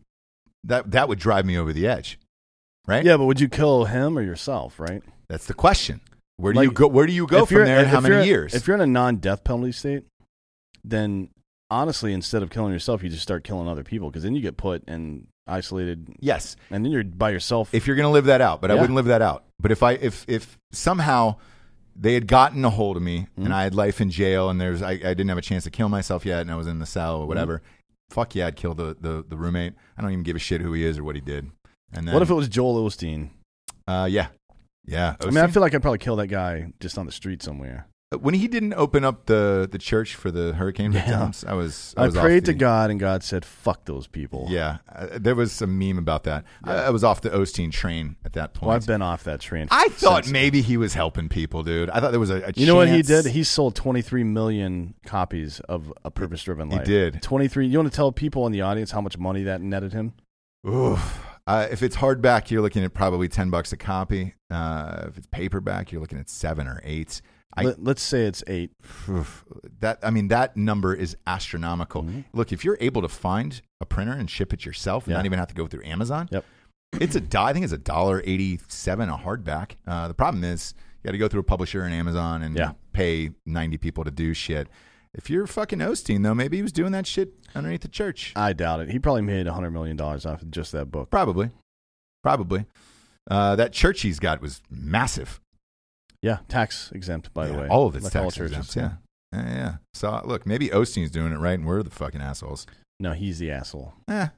Speaker 2: that that would drive me over the edge. Right?
Speaker 3: Yeah, but would you kill him or yourself? Right?
Speaker 2: That's the question. Where do you
Speaker 3: Like,
Speaker 2: go where do you go
Speaker 3: If
Speaker 2: from
Speaker 3: you're-
Speaker 2: there and
Speaker 3: if
Speaker 2: how many
Speaker 3: you're-
Speaker 2: years?
Speaker 3: If you're in a non-death penalty state, then honestly, instead of killing yourself, you just start killing other people because then you get put and isolated,
Speaker 2: yes.
Speaker 3: and then you're by yourself.
Speaker 2: if you're going to live that out, but I
Speaker 3: Yeah.
Speaker 2: wouldn't live that out. But if I if if somehow they had gotten a hold of me
Speaker 3: Mm-hmm.
Speaker 2: and I had life in jail and there's I, I didn't have a chance to kill myself yet and I was in the cell
Speaker 3: Mm-hmm.
Speaker 2: or whatever, fuck yeah, I'd kill the, the the roommate. I don't even give a shit who he is or what he did. And then
Speaker 3: what if it was Joel Osteen?
Speaker 2: uh, yeah, yeah.
Speaker 3: I mean, I
Speaker 2: Osteen?
Speaker 3: feel like I'd probably kill that guy just on the street somewhere.
Speaker 2: when he didn't open up the the church for the hurricane
Speaker 3: Yeah.
Speaker 2: victims, I was I,
Speaker 3: I,
Speaker 2: was off
Speaker 3: prayed to
Speaker 2: the-
Speaker 3: God, and God said, "Fuck those people."
Speaker 2: Yeah, uh, there was some meme about that. I, I was off the Osteen train at that point.
Speaker 3: Well, I've been off that train.
Speaker 2: I thought
Speaker 3: since-
Speaker 2: maybe he was helping people, dude. I thought there was a, a
Speaker 3: You know what he
Speaker 2: chance.
Speaker 3: did? He sold 23 million copies of A Purpose Driven
Speaker 2: He
Speaker 3: Life.
Speaker 2: did.
Speaker 3: 23. You want to tell people in the audience how much money that netted him?
Speaker 2: Oof. Uh, if it's hardback, you're looking at probably ten bucks a copy. Uh, if it's paperback, you're looking at seven or eight. I
Speaker 3: Let, let's say it's eight.
Speaker 2: oof. that I mean that number is astronomical. Look, if you're able to find a printer and ship it yourself, and
Speaker 3: Mm-hmm. Yeah.
Speaker 2: not even have to go through Amazon,
Speaker 3: Yep.
Speaker 2: it's a do- I think it's a dollar eighty seven a hardback. Uh, the problem is you got to go through a publisher and Amazon and
Speaker 3: Yeah.
Speaker 2: pay ninety people to do shit. If you're fucking Osteen though, maybe he was doing that shit underneath the church.
Speaker 3: I doubt it. He probably made $100 million off of just that book.
Speaker 2: Probably. Probably. Uh, that church he's got was massive.
Speaker 3: Yeah, tax exempt, by the
Speaker 2: Yeah,
Speaker 3: way.
Speaker 2: All of its
Speaker 3: Like all
Speaker 2: tax
Speaker 3: churches,
Speaker 2: exempts. Yeah. yeah. Yeah. So look, maybe Osteen's doing it right and we're the fucking assholes.
Speaker 3: No, he's the asshole.
Speaker 2: Eh.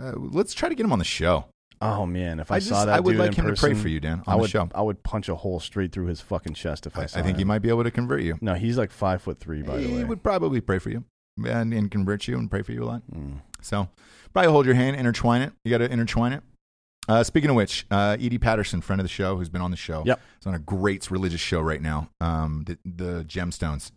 Speaker 2: Uh, let's try to get him on the show.
Speaker 3: Oh, man. If I,
Speaker 2: I just-
Speaker 3: saw that
Speaker 2: I would
Speaker 3: dude
Speaker 2: like
Speaker 3: in
Speaker 2: him to pray
Speaker 3: person,
Speaker 2: for you, Dan, on
Speaker 3: I
Speaker 2: the
Speaker 3: would,
Speaker 2: show.
Speaker 3: I would punch a hole straight through his fucking chest if
Speaker 2: I,
Speaker 3: I,
Speaker 2: I
Speaker 3: saw
Speaker 2: think he
Speaker 3: him.
Speaker 2: might be able to convert you.
Speaker 3: No, he's like five foot three, by the
Speaker 2: he
Speaker 3: way.
Speaker 2: would probably pray for you and, and convert you and pray for you a lot.
Speaker 3: Mm.
Speaker 2: So probably hold your hand, intertwine it. You got to intertwine it. Uh, speaking of which, uh, Edie Patterson, friend of the show, who's been on the show,
Speaker 3: Yep.
Speaker 2: is on a great religious show right now. Um, the, the Gemstones,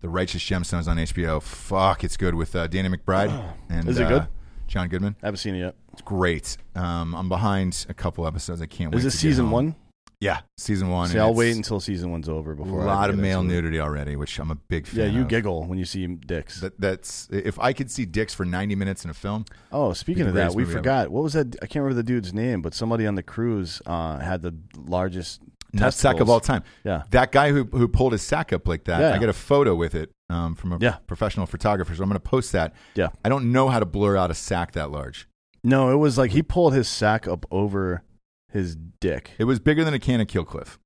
Speaker 2: the Righteous Gemstones on HBO. Fuck, it's good with uh, Danny
Speaker 3: [clears throat]
Speaker 2: McBride and
Speaker 3: Is it good?
Speaker 2: uh, John Goodman.
Speaker 3: I haven't seen it yet.
Speaker 2: It's great. Um, I'm behind a couple episodes. I can't wait.
Speaker 3: Is
Speaker 2: to
Speaker 3: this
Speaker 2: get
Speaker 3: season
Speaker 2: home.
Speaker 3: one?
Speaker 2: Yeah, season one.
Speaker 3: See,
Speaker 2: and
Speaker 3: I'll
Speaker 2: it's
Speaker 3: wait until season one's over
Speaker 2: A
Speaker 3: before. I
Speaker 2: lot of
Speaker 3: get
Speaker 2: male
Speaker 3: into it.
Speaker 2: nudity already, which I'm a big
Speaker 3: Yeah,
Speaker 2: fan.
Speaker 3: you
Speaker 2: of.
Speaker 3: giggle when you see dicks.
Speaker 2: That, that's if I could see dicks for 90 minutes in a film.
Speaker 3: oh, speaking
Speaker 2: the
Speaker 3: of that,
Speaker 2: greatest
Speaker 3: we
Speaker 2: movie ever.
Speaker 3: forgot. What was that? I can't remember the dude's name, but somebody on the cruise uh, had the largest
Speaker 2: Nut sack of all time.
Speaker 3: Yeah.
Speaker 2: That guy who who pulled his sack up like that.
Speaker 3: Yeah.
Speaker 2: I got a photo with it um, from a
Speaker 3: Yeah.
Speaker 2: professional photographer, so I'm going to post that.
Speaker 3: Yeah.
Speaker 2: I don't know how to blur out a sack that large.
Speaker 3: No, it was like he pulled his sack up over his dick.
Speaker 2: It was bigger than a can of Killcliff.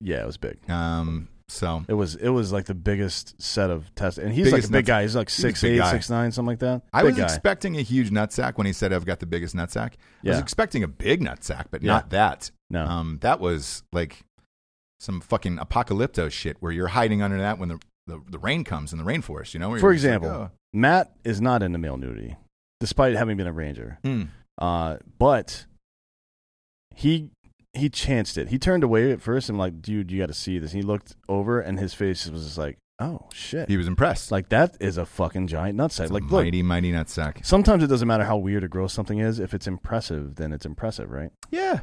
Speaker 3: Yeah, it was big.
Speaker 2: Um, so
Speaker 3: It was it was like the biggest set of tests, and he's like
Speaker 2: Biggest
Speaker 3: a big
Speaker 2: nuts-
Speaker 3: guy. He's like
Speaker 2: He's a big
Speaker 3: six eight,
Speaker 2: guy.
Speaker 3: six nine, something like that.
Speaker 2: I
Speaker 3: big
Speaker 2: was
Speaker 3: guy.
Speaker 2: expecting a huge nut sack when he said I've got the biggest nut sack. I was
Speaker 3: Yeah.
Speaker 2: expecting a big nut sack, but
Speaker 3: Yeah.
Speaker 2: not that.
Speaker 3: no,
Speaker 2: Um, that was like some fucking apocalypto shit where you're hiding under that when the the, the rain comes in the rainforest. You know, where
Speaker 3: for
Speaker 2: you're just like,
Speaker 3: example, Matt is not into male nudity, despite having been a ranger.
Speaker 2: oh, hmm.
Speaker 3: Uh, but he he chanced it. He turned away at first. and like, dude, you got to see this. He looked over, and his face was just like, oh shit.
Speaker 2: he was impressed.
Speaker 3: like that is a fucking giant nutsack.
Speaker 2: It's
Speaker 3: Like,
Speaker 2: a
Speaker 3: look.
Speaker 2: mighty, mighty nut sack.
Speaker 3: Sometimes it doesn't matter how weird or gross something is. If it's impressive, then it's impressive, right?
Speaker 2: Yeah.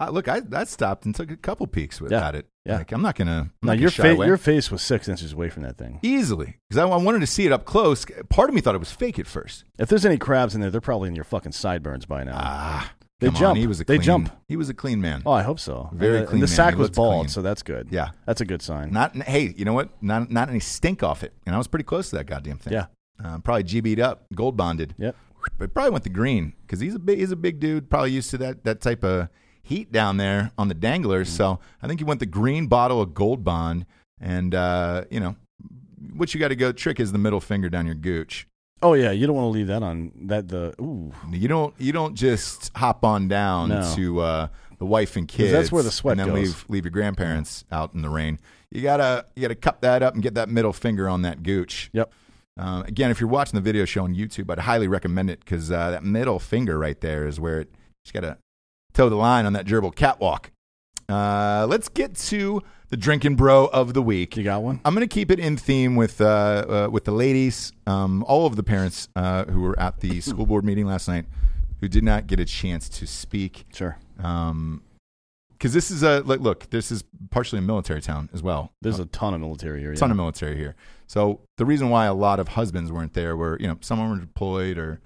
Speaker 2: Uh, look, I, I stopped and took a couple peeks with,
Speaker 3: Yeah.
Speaker 2: at it.
Speaker 3: Yeah.
Speaker 2: Like, I'm not going to.
Speaker 3: Now your face, your face was six inches away from that thing.
Speaker 2: Easily. Because I, I wanted to see it up close. Part of me thought it was fake at first.
Speaker 3: If there's any crabs in there, they're probably in your fucking sideburns by now.
Speaker 2: Ah.
Speaker 3: They
Speaker 2: come on,
Speaker 3: jump.
Speaker 2: He was a
Speaker 3: They
Speaker 2: clean,
Speaker 3: jump.
Speaker 2: He was a clean man.
Speaker 3: oh, I hope so. And
Speaker 2: Very
Speaker 3: the, and
Speaker 2: clean
Speaker 3: the
Speaker 2: man. He
Speaker 3: sack was
Speaker 2: looks
Speaker 3: bald,
Speaker 2: clean.
Speaker 3: so that's good.
Speaker 2: Yeah.
Speaker 3: that's a good sign.
Speaker 2: Not, hey, you know what? Not, not any stink off it. And I was pretty close to that goddamn thing.
Speaker 3: yeah,
Speaker 2: Uh, probably GB'd up, gold bonded.
Speaker 3: yep.
Speaker 2: But probably went the green because he's a big, he's a big dude, probably used to that, that type of heat down there on the danglers. So I think he went the green bottle of gold bond. And, uh, you know, what you got to go trick is the middle finger down your gooch.
Speaker 3: Oh yeah, you don't want to leave that on that the ooh.
Speaker 2: You don't you don't just hop on down
Speaker 3: No.
Speaker 2: to uh, the wife and
Speaker 3: 'Cause
Speaker 2: kids.
Speaker 3: that's where the sweat
Speaker 2: and then
Speaker 3: goes.
Speaker 2: leave leave your grandparents out in the rain. You gotta you gotta cup that up and get that middle finger on that gooch.
Speaker 3: Yep.
Speaker 2: Um, again, if you're watching the video show on YouTube, I'd highly recommend it because uh, that middle finger right there is where it just got to toe the line on that gerbil catwalk. Uh, let's get to the drinking bro of the week.
Speaker 3: You got one?
Speaker 2: I'm going to keep it in theme with uh, uh, with the ladies, um, all of the parents uh, who were at the school board meeting last night, who did not get a chance to speak,
Speaker 3: Sure.
Speaker 2: because this is a like, look, this is partially a military town as well.
Speaker 3: There's a ton of military here.
Speaker 2: Uh, ton of military here, so the reason why a lot of husbands weren't there were you know someone were deployed or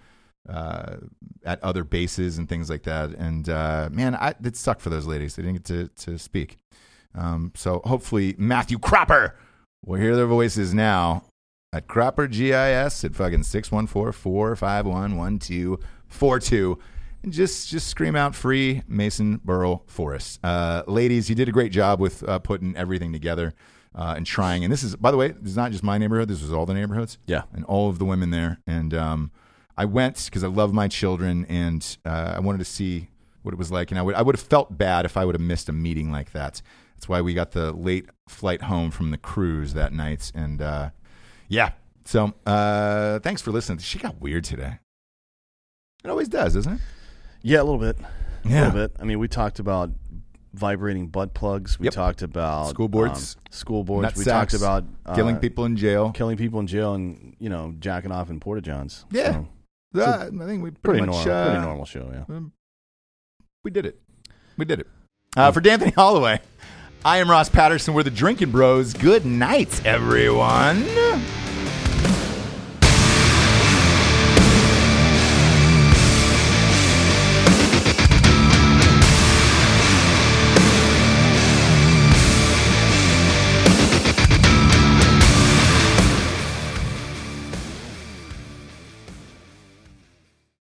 Speaker 2: uh, at other bases and things like that. And uh, man, I, it sucked for those ladies; they didn't get to to speak. Um, so hopefully, Matthew Cropper will hear their voices now at Cropper GIS at fucking 614-451-1242. And just just scream out free Mason Burl Forest. Uh, ladies, you did a great job with uh, putting everything together uh, and trying. And this is, by the way, this is not just my neighborhood. This was all the neighborhoods
Speaker 3: Yeah.
Speaker 2: and all of the women there. And um, I went because I love my children and uh, I wanted to see what it was like. And I would I would have felt bad if I would have missed a meeting like that. That's why we got the late flight home from the cruise that night. And uh, yeah, so uh, thanks for listening. She got weird today. It always does, doesn't it?
Speaker 3: Yeah, a little bit.
Speaker 2: Yeah.
Speaker 3: A little bit. I mean, we talked about vibrating butt plugs. We
Speaker 2: Yep.
Speaker 3: talked about
Speaker 2: School boards.
Speaker 3: um, school boards.
Speaker 2: Nut
Speaker 3: we
Speaker 2: sacks.
Speaker 3: talked about uh,
Speaker 2: Killing people in jail.
Speaker 3: killing people in jail, and you know, jacking off in porta johns.
Speaker 2: Yeah.
Speaker 3: So,
Speaker 2: Uh, I think we pretty,
Speaker 3: pretty,
Speaker 2: much
Speaker 3: normal.
Speaker 2: uh,
Speaker 3: pretty normal show. Yeah.
Speaker 2: Um, we did it. We did it. Uh, for D'Anthony Holloway, I am Ross Patterson. We're the Drinking Bros. Good night, everyone.